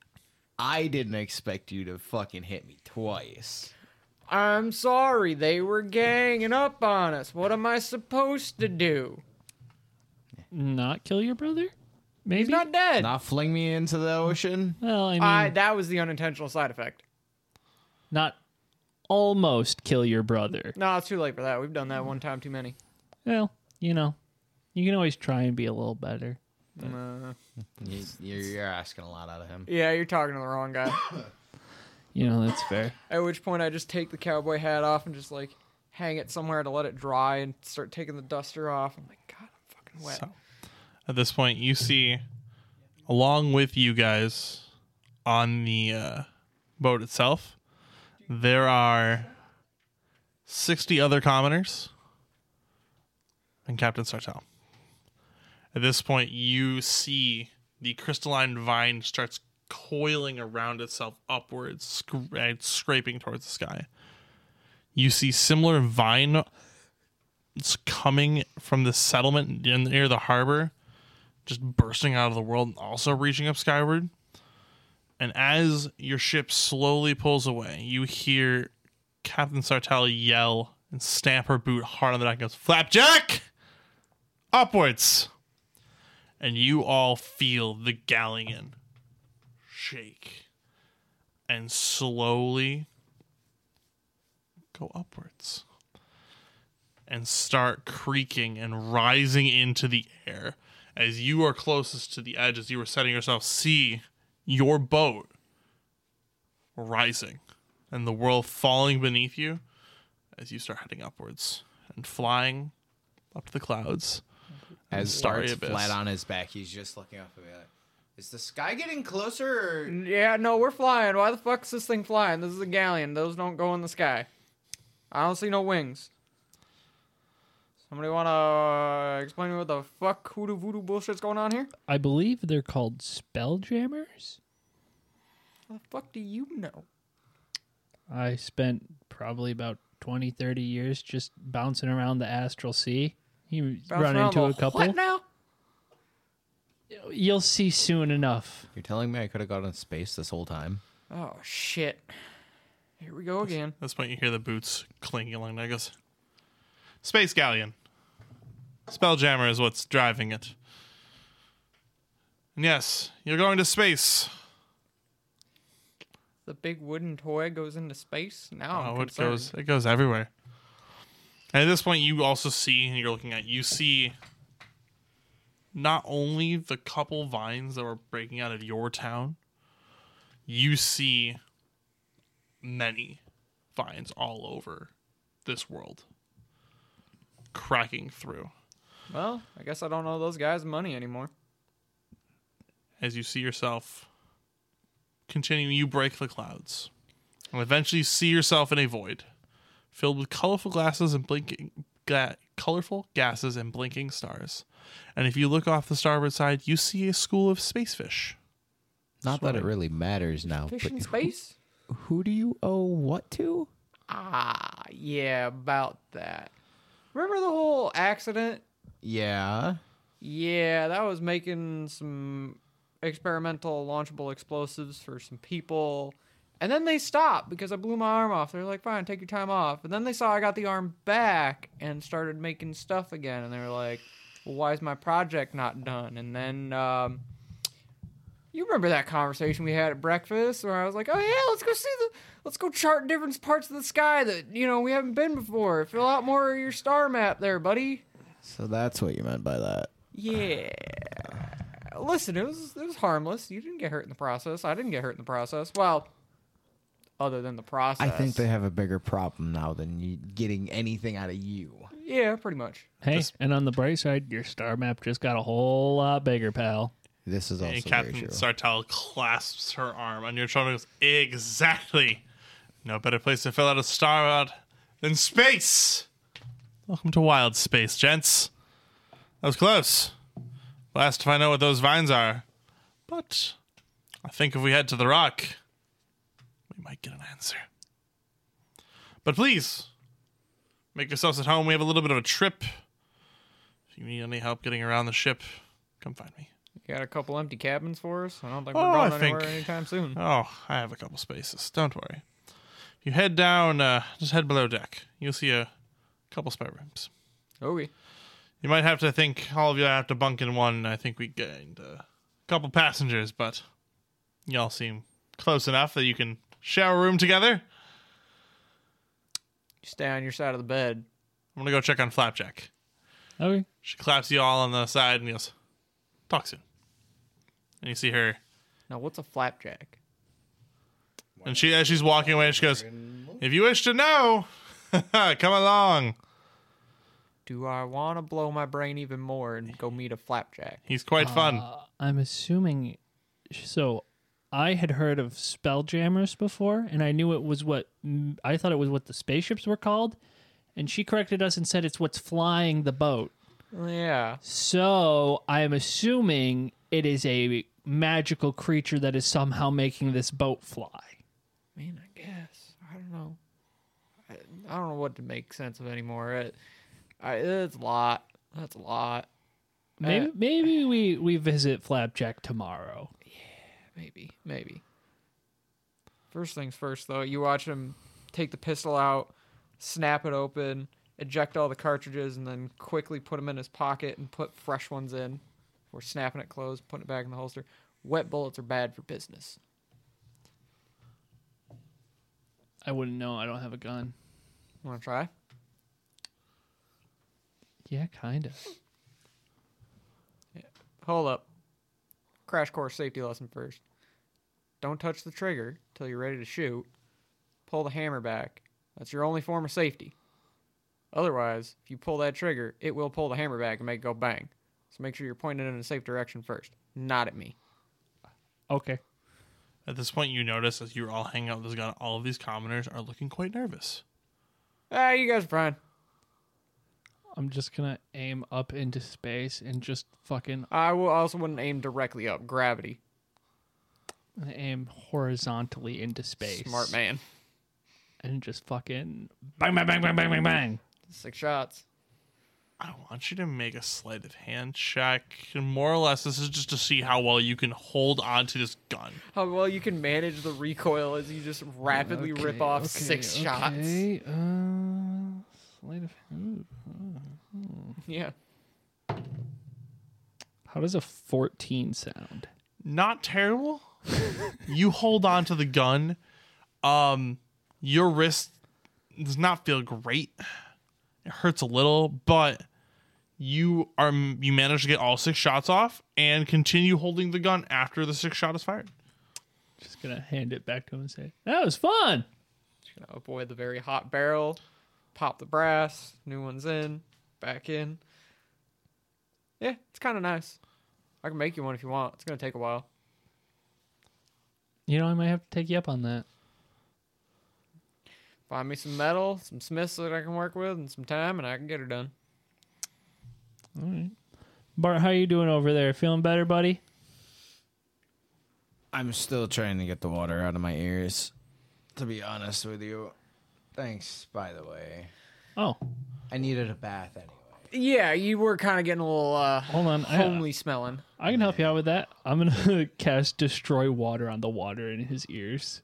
I didn't expect you to fucking hit me twice. I'm sorry, they were ganging up on us. What am I supposed to do? Not kill your brother? He's Maybe. not dead. Not fling me into the ocean. well, I mean, I, that was the unintentional side effect. not almost kill your brother. No, it's too late for that. We've done that one time too many. Well, you know, you can always try and be a little better. Uh, You, you're, you're asking a lot out of him. yeah, you're talking to the wrong guy. You know, that's fair. At which point, I just take the cowboy hat off and just like hang it somewhere to let it dry and start taking the duster off. I'm like, God, I'm fucking wet. So, at this point, you see, along with you guys on the uh, boat itself, there are 60 other commoners and Captain Sartell. At this point, you see the crystalline vine starts coiling around itself upwards, sc- and scraping towards the sky. You see similar vine it's coming from the settlement in, near the harbor, just bursting out of the world and also reaching up skyward. And as your ship slowly pulls away, you hear Captain Sartell yell and stamp her boot hard on the deck and goes, Flapjack! Upwards! And you all feel the galleon shake and slowly go upwards and start creaking and rising into the air. As you are closest to the edge, as you were setting yourself, see your boat rising and the world falling beneath you as you start heading upwards and flying up to the clouds. As Starry Star's Abyss. flat on his back, he's just looking up at me like, is the sky getting closer? Or... Yeah, no, we're flying. Why the fuck is this thing flying? This is a galleon. Those don't go in the sky. I don't see no wings. Somebody wanna uh, explain to me what the fuck hoodoo voodoo bullshit's going on here? I believe they're called spelljammers. How the fuck do you know? I spent probably about 20, 30 years just bouncing around the astral sea. You Bounce run around into the a couple. What now? You'll see soon enough. You're telling me I could have gone in space this whole time? Oh shit! Here we go again. At this point, you hear the boots clinking along. There goes Space Galleon. Spelljammer is what's driving it. And yes, you're going to space. The big wooden toy goes into space. Now I'm Oh, it concerned. goes it goes everywhere. And at this point, you also see, and you're looking at, you see not only the couple vines that were breaking out of your town, you see many vines all over this world cracking through. Well, I guess I don't owe those guys money anymore. as you see yourself continue you break the clouds and eventually see yourself in a void filled with colorful glasses and blinking ga- colorful gases and blinking stars and if you look off the starboard side you see a school of space fish Not that it really matters now, Fish but in space? who do you owe what to? Ah, yeah, about that. Remember the whole accident? Yeah. Yeah, that was making some experimental launchable explosives for some people. And then they stopped because I blew my arm off. They're like, fine, take your time off. And then they saw I got the arm back and started making stuff again. And they were like, well, why is my project not done? And then um, you remember that conversation we had at breakfast where I was like, oh, yeah, let's go see the, let's go chart different parts of the sky that, you know, we haven't been before. Fill out more of your star map there, buddy. So that's what you meant by that. Yeah. Listen, it was it was harmless. You didn't get hurt in the process. I didn't get hurt in the process. Well, other than the process. I think they have a bigger problem now than you getting anything out of you. Yeah, pretty much. Hey, and on the bright side, your star map just got a whole lot bigger, pal. This is also and very Captain true. Sartell clasps her arm on your shoulder and goes, Exactly. No better place to fill out a star out than space. Welcome to wild space, gents. That was close. Last if I know what those vines are. But I think if we head to the rock, we might get an answer. But please, make yourselves at home. We have a little bit of a trip. If you need any help getting around the ship, come find me. You got a couple empty cabins for us. I don't think Oh, we're going I think- anywhere anytime soon. Oh, I have a couple spaces. Don't worry. You head down, uh, just head below deck. You'll see a couple spare rooms. Okay. You might have to I think all of you have to bunk in one. I think we gained uh, a couple passengers, but y'all seem close enough that you can share a room together. You stay on your side of the bed. I'm gonna go check on Flapjack. Okay. She claps you all on the side and goes, "Talk soon." And you see her, Now, what's a flapjack? and she as she's walking away, she goes, "If you wish to know, come along." Do I want to blow my brain even more and go meet a flapjack? He's quite fun. I'm assuming. So, I had heard of spelljammers before, and I knew it was what I thought it was what the spaceships were called. And she corrected us and said it's what's flying the boat. Well, Yeah. So I'm assuming it is a magical creature that is somehow making this boat fly. I mean, I guess I don't know. I, I don't know what to make sense of anymore. It, I, it's a lot. That's a lot. Maybe Uh, maybe we we visit Flapjack tomorrow. Maybe, maybe. First things first, though, you watch him take the pistol out, snap it open, eject all the cartridges, and then quickly put them in his pocket and put fresh ones in. We're snapping it closed, putting it back in the holster. Wet bullets are bad for business. I wouldn't know. I don't have a gun. Want to try? Yeah, kind of. Hold up. Crash course safety lesson first. Don't touch the trigger till you're ready to shoot. Pull the hammer back. That's your only form of safety. Otherwise, if you pull that trigger, it will pull the hammer back and make it go bang. So make sure you're pointing it in a safe direction first, not at me. Okay. At this point, you notice as you're all hanging out with this gun, all of these commoners are looking quite nervous. Ah, you guys are fine. I'm just gonna aim up into space and just fucking I will also wouldn't aim directly up. Gravity. aim horizontally into space. Smart man. And just fucking bang bang bang bang bang bang bang. Six shots. I want you to make a sleight of hand check. And more or less, this is just to see how well you can hold on to this gun. How well you can manage the recoil as you just rapidly rip Okay, off okay, six shots. okay, Uh, sleight of hand. Yeah. How does a 14 sound? Not terrible. you hold on to the gun. Um, your wrist does not feel great. It hurts a little, but you are you manage to get all six shots off and continue holding the gun after the sixth shot is fired. Just gonna hand it back to him and say, "That was fun." Gonna avoid the very hot barrel, pop the brass, new ones in, back in. Yeah, it's kind of nice. I can make you one if you want. It's gonna take a while. You know, I might have to take you up on that. Find me some metal, some smiths that I can work with, and some time, and I can get her done. Bart, how you doing over there? Feeling better, buddy? I'm still trying to get the water out of my ears. To be honest with you, Thanks, by the way. Oh, I needed a bath anyway. Yeah, you were kind of getting a little uh, hold on. I, homely smelling. I can help you out with that. I'm gonna cast destroy water on the water in his ears.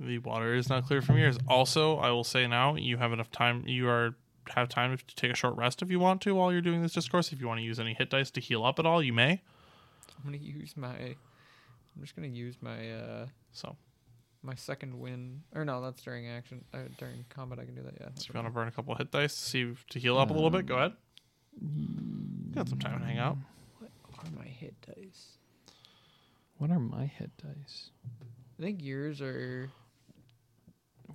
The water is not clear from yours. Also, I will say now you have enough time. You are have time to take a short rest if you want to while you're doing this discourse. If you want to use any hit dice to heal up at all, you may. I'm gonna use my. I'm just gonna use my uh So, my second win. Or no, that's during action. Uh, during combat, I can do that. Yeah. so if you want to burn a couple hit dice to see to heal up a little bit, go ahead. Mm. Got some time to hang out. What are my hit dice? What are my hit dice? I think yours are.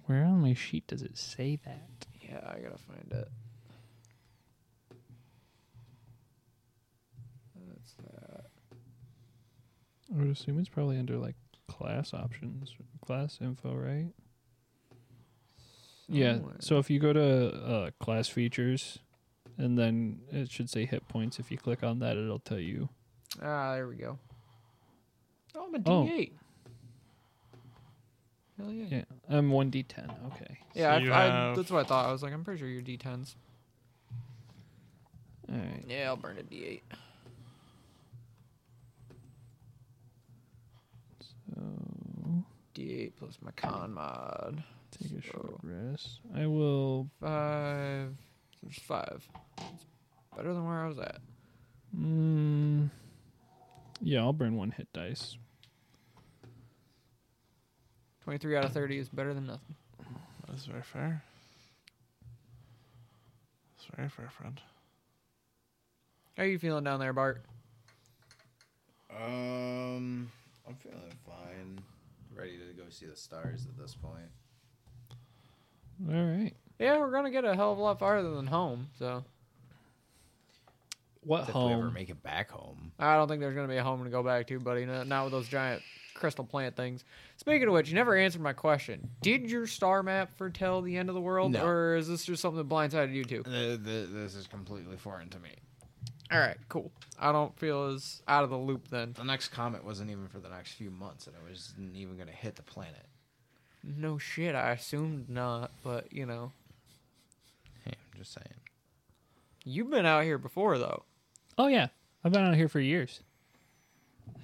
Where on my sheet does it say that? Yeah, I gotta find it. That's that. I would assume it's probably under like class options, class info, right? Yeah. Somewhere. So if you go to uh, class features, and then it should say hit points. If you click on that, it'll tell you. Ah, there we go. Oh, I'm a Oh. D8. Hell yeah. Yeah, Yeah, I'm one d10. Okay. So I- you I, have- that's what I thought. I was like, I'm pretty sure you're D10s. All right. Yeah, I'll burn a D8. So D8 plus my con mod. take a short So- rest. I will. Five. There's five. It's better than where I was at. Mm, yeah, I'll burn one hit dice. 23 out of 30 is better than nothing. That's very fair. That's very fair, friend. How are you feeling down there, Bart? Um, I'm feeling fine. Ready to go see the stars at this point. All right. Yeah, we're gonna get a hell of a lot farther than home, so What If we ever home? make it back home. I don't think there's gonna be a home to go back to, buddy. No- Not with those giant crystal plant things. Speaking of which, you never answered my question. Did your star map foretell the end of the world, No. or is this just something that blindsided you two? This is completely foreign to me. All right, cool. I don't feel as out of the loop then. The next comet wasn't even for the next few months, and it wasn't even going to hit the planet. No shit, I assumed not, but you know, Hey, I'm just saying. you've been out here before though. Oh yeah, I've been out here for years.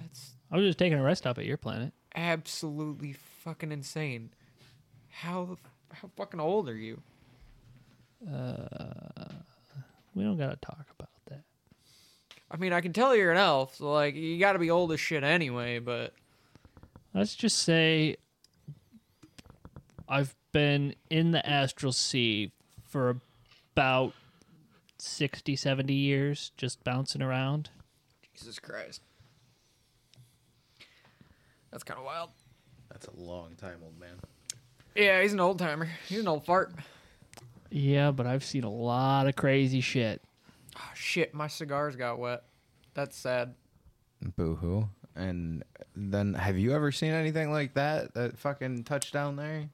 That's I was just taking a rest stop at your planet. absolutely fucking insane. How how fucking old are you? We don't gotta talk about that. I mean, I can tell you're an elf, so like you got to be old as shit anyway. But Let's just say I've been in the astral sea for about 60, 70 years, just bouncing around. Jesus Christ, that's kind of wild. That's a long time, old man. Yeah, he's an old timer. He's an old fart. Yeah, but I've seen a lot of crazy shit. Oh, shit, my cigars got wet. That's sad. Boo hoo. And then, have you ever seen anything like that? That fucking touchdown there?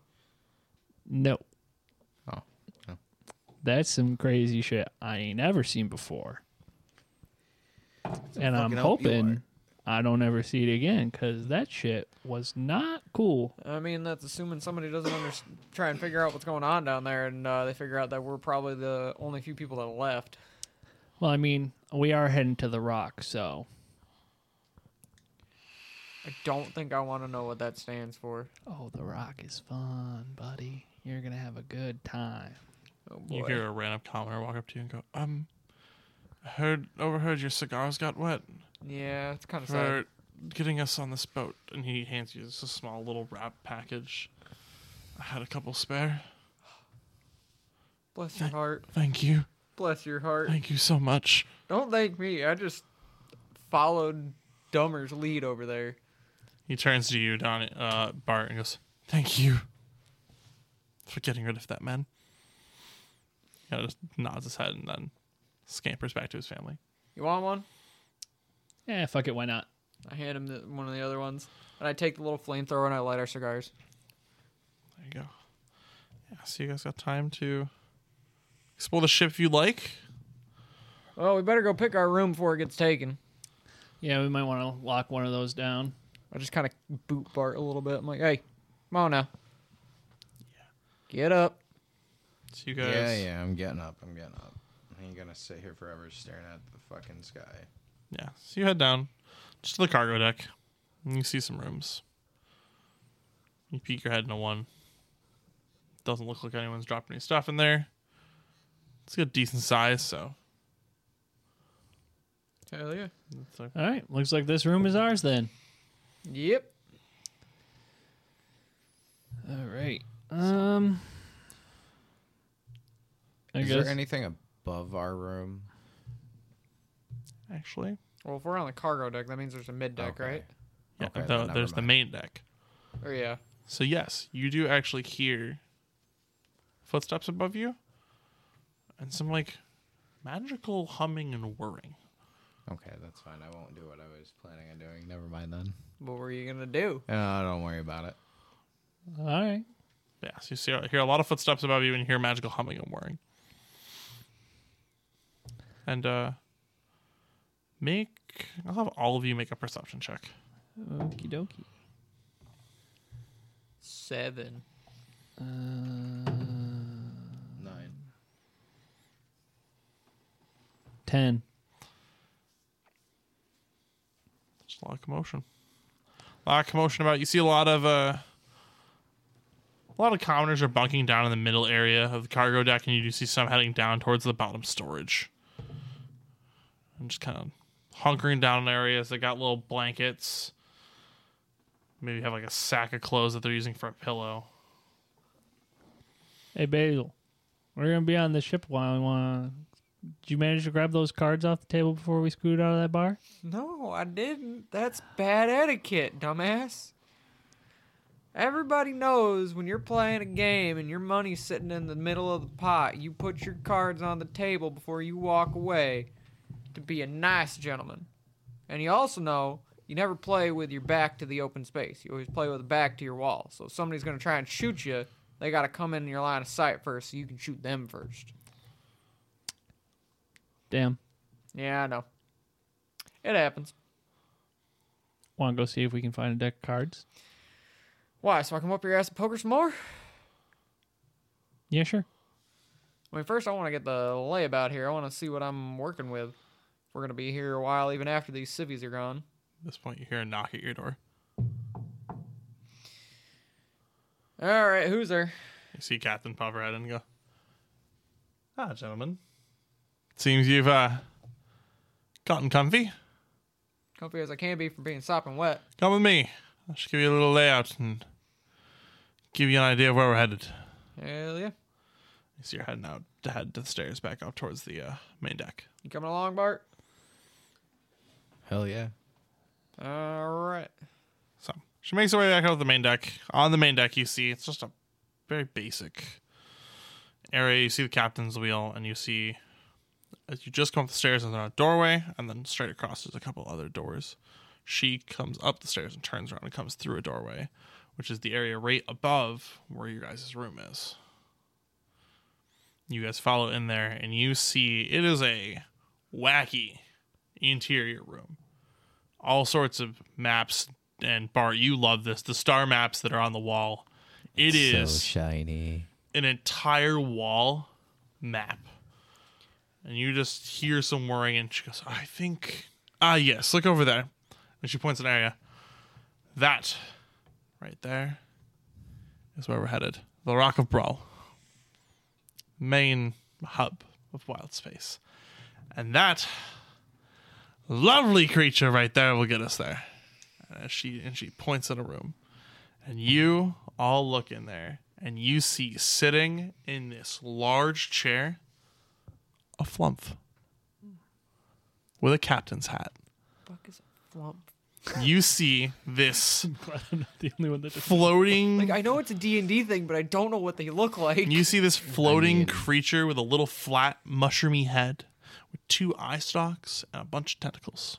No. Oh, no. That's some crazy shit I ain't ever seen before. And I'm fucking help you hoping I don't ever see it again because that shit was not cool. I mean, that's assuming somebody doesn't under- try and figure out what's going on down there, and uh, they figure out that we're probably the only few people that are left. Well, I mean, we are heading to the rock, so I don't think I want to know what that stands for. Oh, The Rock is fun, buddy. You're gonna have a good time. Oh You boy. hear a random commoner walk up to you and go, "Um, I heard overheard your cigars got wet yeah, it's kind of sad. for getting us on this boat." And he hands you just a small little wrap package. I had a couple spare. Bless your heart. Thank you, Bless your heart. thank you so much. Don't thank me. I just followed Dummer's lead over there. He turns to you, Don uh, Bart, and goes, "Thank you for getting rid of that man." He kinda just nods his head and then scampers back to his family. You want one? Yeah, fuck it, why not? I hand him the, one of the other ones, and I take the little flamethrower and I light our cigars. There you go. Yeah, so you guys got time to explore the ship if you like. Well, we better go pick our room before it gets taken. Yeah, we might want to lock one of those down. I just kind of boot Bart a little bit. I'm like, hey, come on now. Get up. So you guys. Yeah, yeah, I'm getting up. I'm getting up. I ain't gonna sit here forever staring at the fucking sky. Yeah. So you head down just to the cargo deck. And you see some rooms. You peek your head into one. Doesn't look like anyone's dropped any stuff in there. It's a decent size, so Hell yeah. it's a All right. Looks like this room is ours then. Yep. All right. Um. I Is guess. there anything above our room? actually. Well, if we're on the cargo deck, that means there's a mid deck, Okay. right? Yeah, Okay, though then never there's the mind. main deck. Or yeah. So yes, you do actually hear footsteps above you and some like magical humming and whirring. Okay, that's fine. I won't do what I was planning on doing. Never mind then. What were you gonna do? Uh, don't worry about it. All right. Yeah, so you see, hear a lot of footsteps above you and hear magical humming and whirring. And uh make I'll have all of you make a perception check. Okie dokie. Seven. Nine. Ten. There's a lot of commotion. A lot of commotion about you see a lot of uh a lot of commoners are bunking down in the middle area of the cargo deck and you do see some heading down towards the bottom storage. And just kind of hunkering down in areas. They got little blankets. Maybe have like a sack of clothes that they're using for a pillow. Hey Basil, we're gonna be on the ship a while. I wanna... Did you manage to grab those cards off the table before we scooted out of that bar? No, I didn't. That's bad etiquette, dumbass. Everybody knows when you're playing a game and your money's sitting in the middle of the pot, you put your cards on the table before you walk away to be a nice gentleman. And you also know you never play with your back to the open space. You always play with the back to your wall. So if somebody's going to try and shoot you, they got to come in your line of sight first so you can shoot them first. Damn. Yeah, I know. It happens. Wanna go see if we can find a deck of cards? Why? So I can whoop your ass and poker some more? Yeah, sure. I mean, first I want to get the layabout here. I want to see what I'm working with. We're gonna be here a while, even after these civvies are gone. At this point, you hear a knock at your door. All right, who's there? You see Captain pop her head in and go, Ah, gentlemen. Seems you've uh, gotten comfy. Comfy as I can be from being sopping wet. Come with me. I'll just give you a little layout and give you an idea of where we're headed. Hell yeah! You see her heading out to head to the stairs back up towards the uh, main deck. You coming along, Bart? Hell yeah. All right. So she makes her way back out to the main deck. On the main deck, you see it's just a very basic area. You see the captain's wheel, and you see as you just come up the stairs, and there's a doorway, and then straight across there's a couple other doors. She comes up the stairs and turns around and comes through a doorway, which is the area right above where your guys' room is. You guys follow in there, and you see it is a wacky interior room all sorts of maps. And Bart, you love this. The star maps that are on the wall. It is shiny. an entire wall map. And you just hear some whirring, and she goes, I think. Ah, yes, look over there. And she points an area. That, right there, is where we're headed. The Rock of Brawl, main hub of wild space. And that lovely creature right there will get us there. And as she, and she points at a room. And you all look in there and you see sitting in this large chair a flump with a captain's hat. Fuck is a flump. You see this Glad I'm not the only one that. floating Like I know it's a D and D thing, but I don't know what they look like. you see this floating creature with a little flat mushroomy head with two eye stalks and a bunch of tentacles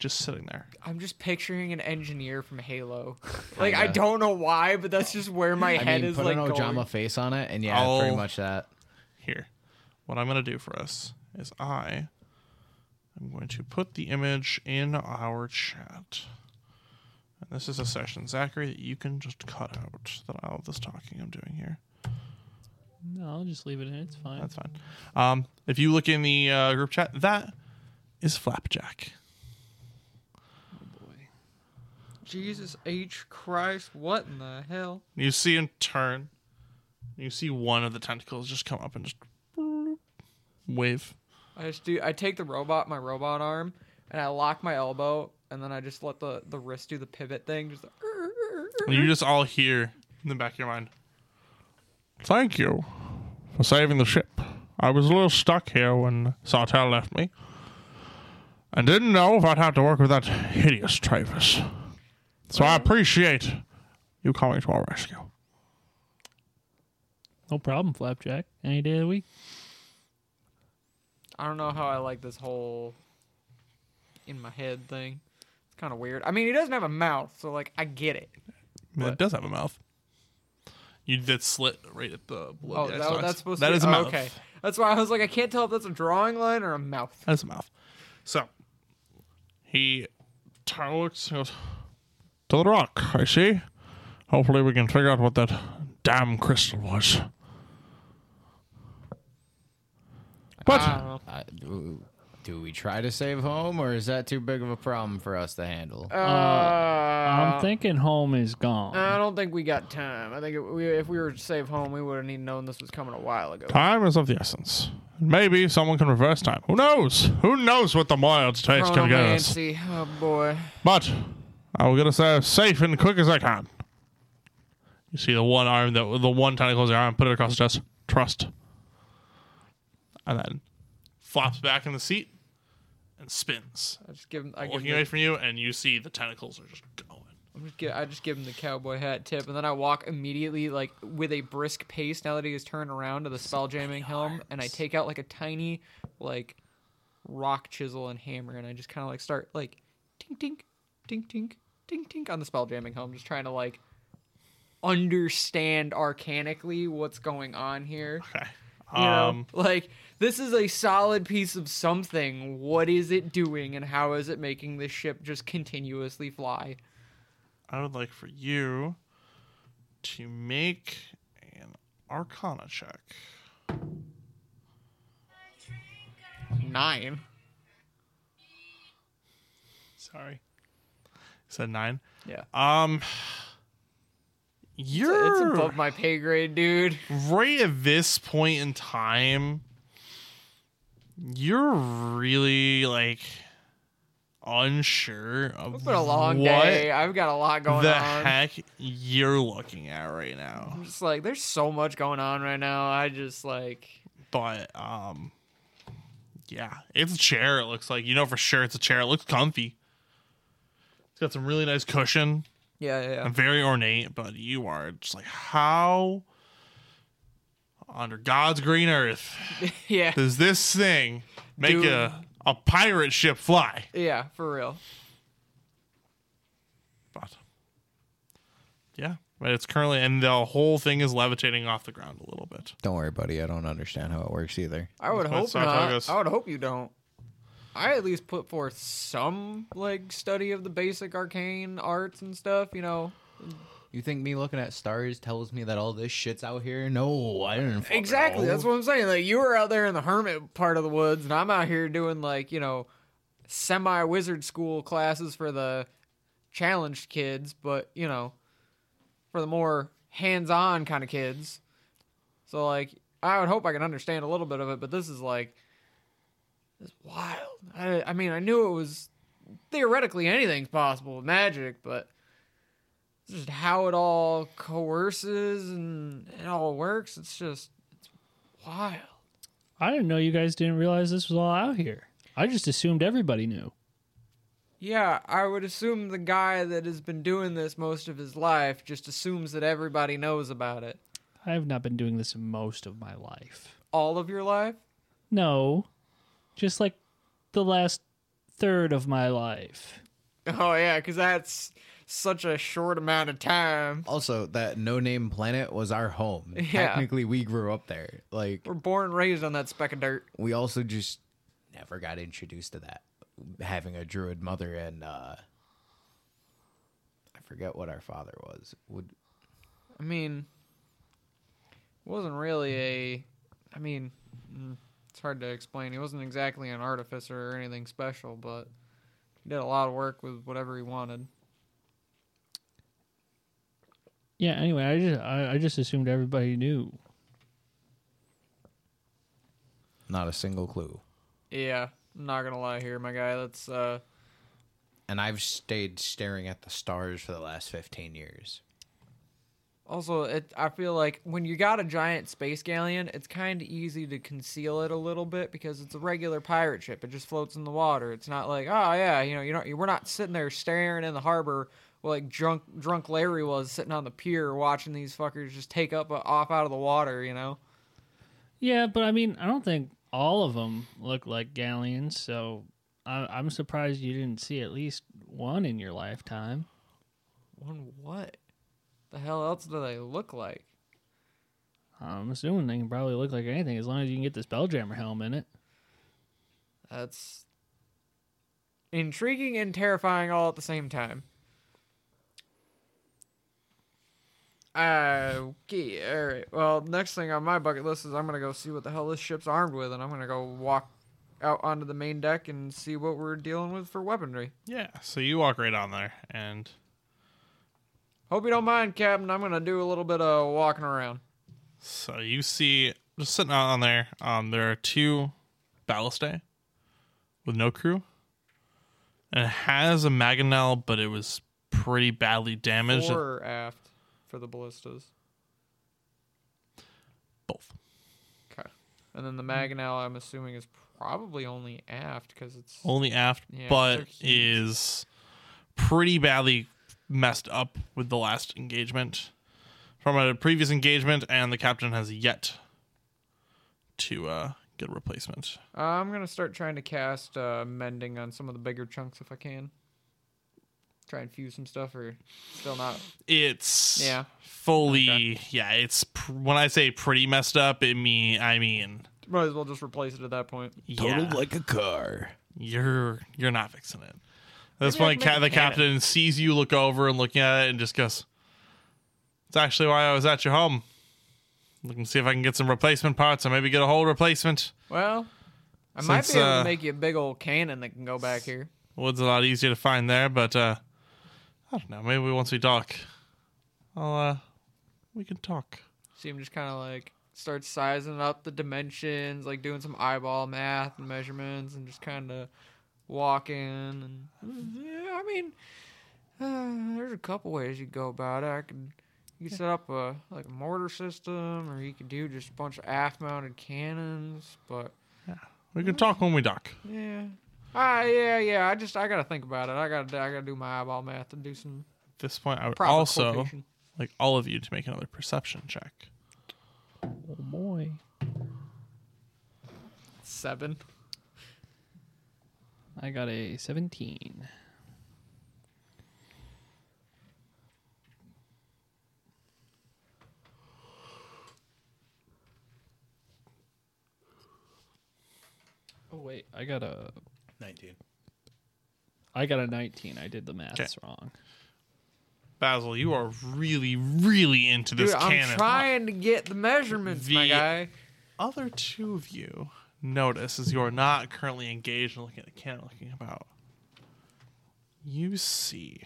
just sitting there. I'm just picturing an engineer from Halo. Like I don't know why, but that's just where my I head mean, is put like an going. Ojama face on it, and yeah, pretty I'll- much that. here. What I'm going to do for us is I am going to put the image in our chat. And this is a session, Zachary, that you can just cut out that all of this talking I'm doing here. No, I'll just leave it in. It's fine. That's fine. Um, if you look in the uh, group chat, that is Flapjack. Jesus H Christ! What in the hell? You see him turn. You see one of the tentacles just come up and just wave. I just do. I take the robot, my robot arm, and I lock my elbow, and then I just let the the wrist do the pivot thing. Just. the- And you just all hear in the back of your mind. Thank you for saving the ship. I was a little stuck here when Sartell left me. And didn't know if I'd have to work with that hideous Travis. So I appreciate you coming to our rescue. No problem, Flapjack. Any day of the week. I don't know how I like this whole in my head thing. It's kind of weird. I mean, he doesn't have a mouth, so like I get it. I mean, It does have a mouth. You did slit right at the below Oh, the that, exox. that's supposed That to be is a oh, mouth. Okay, that's why I was like, I can't tell if that's a drawing line or a mouth. That is a mouth. So he turn- looks and goes to the rock. I see. Hopefully, we can figure out what that damn crystal was. But I don't know. I, Uh, do, do we try to save home, or is that too big of a problem for us to handle? Uh, I'm Uh, thinking home is gone. I don't think we got time. I think if we, if we were to save home, we would have need known this was coming a while ago. time is of the essence. Maybe someone can reverse time. Who knows? Who knows what the wild taste can get us? Chronomancy. Oh boy. But I will get us there safe and quick as I can. You see the one arm that the one tentacle is your arm, put it across the chest. Trust. And then flops back in the seat and spins. I just give him. I give Looking him away the, from you, and you see the tentacles are just going. I'm just gi- I just give him the cowboy hat tip, and then I walk immediately, like with a brisk pace. Now that he has turned around to the spell jamming helm, and I take out like a tiny, like, rock chisel and hammer, and I just kind of like start like, tink tink, tink tink, tink tink on the spell jamming helm, just trying to like understand arcanically what's going on here. Okay. You know, Um, like this is a solid piece of something. What is it doing, and how is it making this ship just continuously fly? I would like for you to make an Arcana check. Nine. Sorry. Said nine. Yeah, Um, you're it's above my pay grade, dude. right at this point in time, you're really like unsure of It's been a long what day. I've got a lot the going on. heck you're looking at right now. I'm just like, there's so much going on right now. I just like, But um, yeah, it's a chair. It looks like you know for sure it's a chair. It looks comfy. It's got some really nice cushion. yeah, yeah. yeah. and very ornate, but you are just like, how under God's green earth yeah, does this thing make Dude. a a pirate ship fly? yeah, for real. But yeah, but it's currently and the whole thing is levitating off the ground a little bit. Don't worry, buddy. I don't understand how it works either. I would That's hope what I thought it not. was. I would hope you don't. I at least put forth some like study of the basic arcane arts and stuff. You know, You think me looking at stars tells me that all this shit's out here? No, I didn't. fucking Exactly. know. That's what I'm saying. Like you were out there in the hermit part of the woods, and I'm out here doing like you know, semi wizard school classes for the challenged kids, but you know, for the more hands-on kind of kids. So like, I would hope I can understand a little bit of it, but this is like, this is wild. I, I mean, I knew it was theoretically anything's possible with magic, but just how it all coerces and it all works. It's just it's wild. I didn't know you guys didn't realize this was all out here. I just assumed everybody knew. Yeah, I would assume the guy that has been doing this most of his life just assumes that everybody knows about it. I have not been doing this most of my life. All of your life? No, just like the last third of my life. Oh yeah, because that's such a short amount of time. Also, that no name planet was our home. Yeah. Technically, we grew up there. Like, We're born and raised on that speck of dirt. we also just never got introduced to that. Having a druid mother and, uh, I forget what our father was. Would I mean, wasn't really a. I mean, mm, it's hard to explain. He wasn't exactly an artificer or anything special, but he did a lot of work with whatever he wanted. Yeah. Anyway, I just I, I just assumed everybody knew. Not a single clue. Yeah, I'm not gonna lie here, my guy. That's uh, And I've stayed staring at the stars for the last 15 years. Also, it I feel like when you got a giant space galleon, it's kind of easy to conceal it a little bit because it's a regular pirate ship. It just floats in the water. It's not like, oh yeah, you know, you don't. We're not sitting there staring in the harbor like drunk drunk Larry was sitting on the pier watching these fuckers just take up uh, off out of the water. You know, Yeah, but I mean, I don't think all of them look like galleons. So I, I'm surprised you didn't see at least one in your lifetime. one what? The hell else do they look like? I'm assuming they can probably look like anything as long as you can get the spelljammer helm in it. That's intriguing and terrifying all at the same time. Okay, all right. Well, next thing on my bucket list is I'm gonna go see what the hell this ship's armed with, and I'm gonna go walk out onto the main deck and see what we're dealing with for weaponry. Yeah. So you walk right on there, and Hope you don't mind, Captain. I'm gonna do a little bit of walking around. so you see, just sitting out on there, um, there are two ballastae with no crew, and it has a mangonel, but it was pretty badly damaged. Fore or aft for the ballistas. Both. Okay. And then the Maganel, I'm assuming, is probably only aft because it's only aft, Yeah, they're but huge. is pretty badly messed up with the last engagement from a previous engagement, and the captain has yet to uh, get a replacement. Uh, I'm gonna start trying to cast uh, mending on some of the bigger chunks if I can. Try and fuse some stuff, or still not. It's Yeah. fully yeah. It's pr- when I say pretty messed up, it mean I mean Might as well just replace it at that point. yeah, like a car. you're you're not fixing it. At this point, ca- the captain sees you look over and looking at it and just goes, It's actually why I was at your home. Looking to see if I can get some replacement parts or maybe get a whole replacement. Well, I might Since, be able uh, to make you a big old cannon that can go back here. Wood's a lot easier to find there, but uh, I don't know. Maybe once we talk, I'll, uh, we can talk. See him just kind of like start sizing up the dimensions, like doing some eyeball math and measurements, and just kind of walking. And yeah, I mean, uh, there's a couple ways you go about it. I could you could set up a like a mortar system, or you could do just a bunch of aft-mounted cannons. But We can talk when we dock. yeah, ah, yeah, yeah. I just I gotta think about it. I gotta I gotta do my eyeball math and do some At this point, I would proper also quotation. like all of you to make another perception check. Oh boy. seven. I got a 17. Oh wait, I got a 19. I got a 19. I did the math Okay. wrong. Basil, you are really, really into this Dude, cannon. I'm trying to get the measurements, my The- guy. other two of you notice as you are not currently engaged in looking at the cannon looking about you see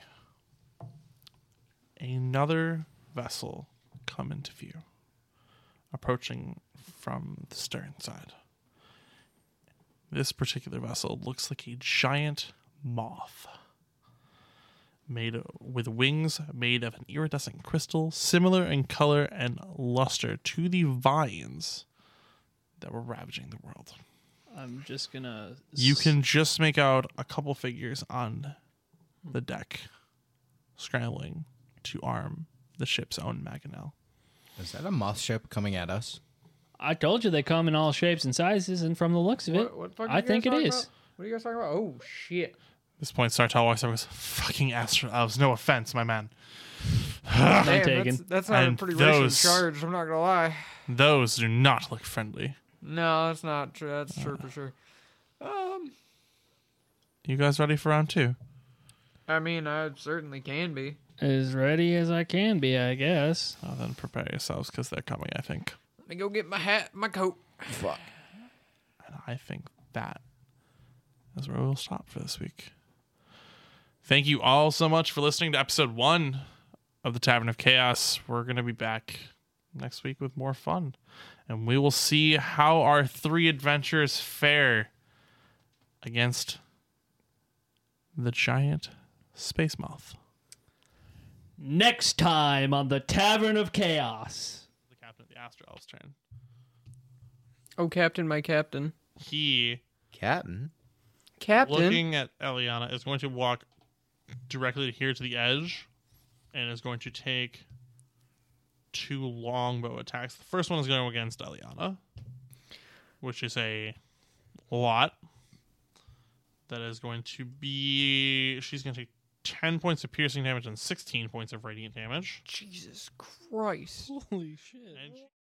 another vessel come into view approaching from the stern side this particular vessel looks like a giant moth made with wings made of an iridescent crystal similar in color and luster to the vines that were ravaging the world. I'm just going to You can just make out a couple figures on the deck scrambling to arm the ship's own Maganel. Is that a moth ship coming at us? I told you they come in all shapes and sizes and from the looks of it, What, what the fuck are I you guys think it talking is. about? What are you guys talking about? Oh shit! At this point, Sartell walks over and goes, Fucking astronauts. No offense, my man. Damn, taken. That's, that's not a And pretty racially those- charged. I'm not gonna lie. Those do not look friendly. No, that's not true. That's true for sure. Um, You guys ready for round two? I mean, I certainly can be. As ready as I can be, I guess. Oh, then prepare yourselves because they're coming, I think. me go get my hat, my coat. Fuck. And I think that is where we'll stop for this week. Thank you all so much for listening to episode one of the Tavern of Chaos. We're going to be back next week with more fun. And we will see how our three adventurers fare against the giant space moth. Next time on the Tavern of Chaos. The captain of the Astro Elves turn. Oh, Captain, my Captain. He Captain. Captain. looking at Eliana is going to walk directly here to the edge and is going to take two longbow attacks. The first one is going to go against Eliana, which is a lot. That is going to be. She's going to take 10 points of piercing damage and 16 points of radiant damage. Jesus Christ. Holy shit. And she-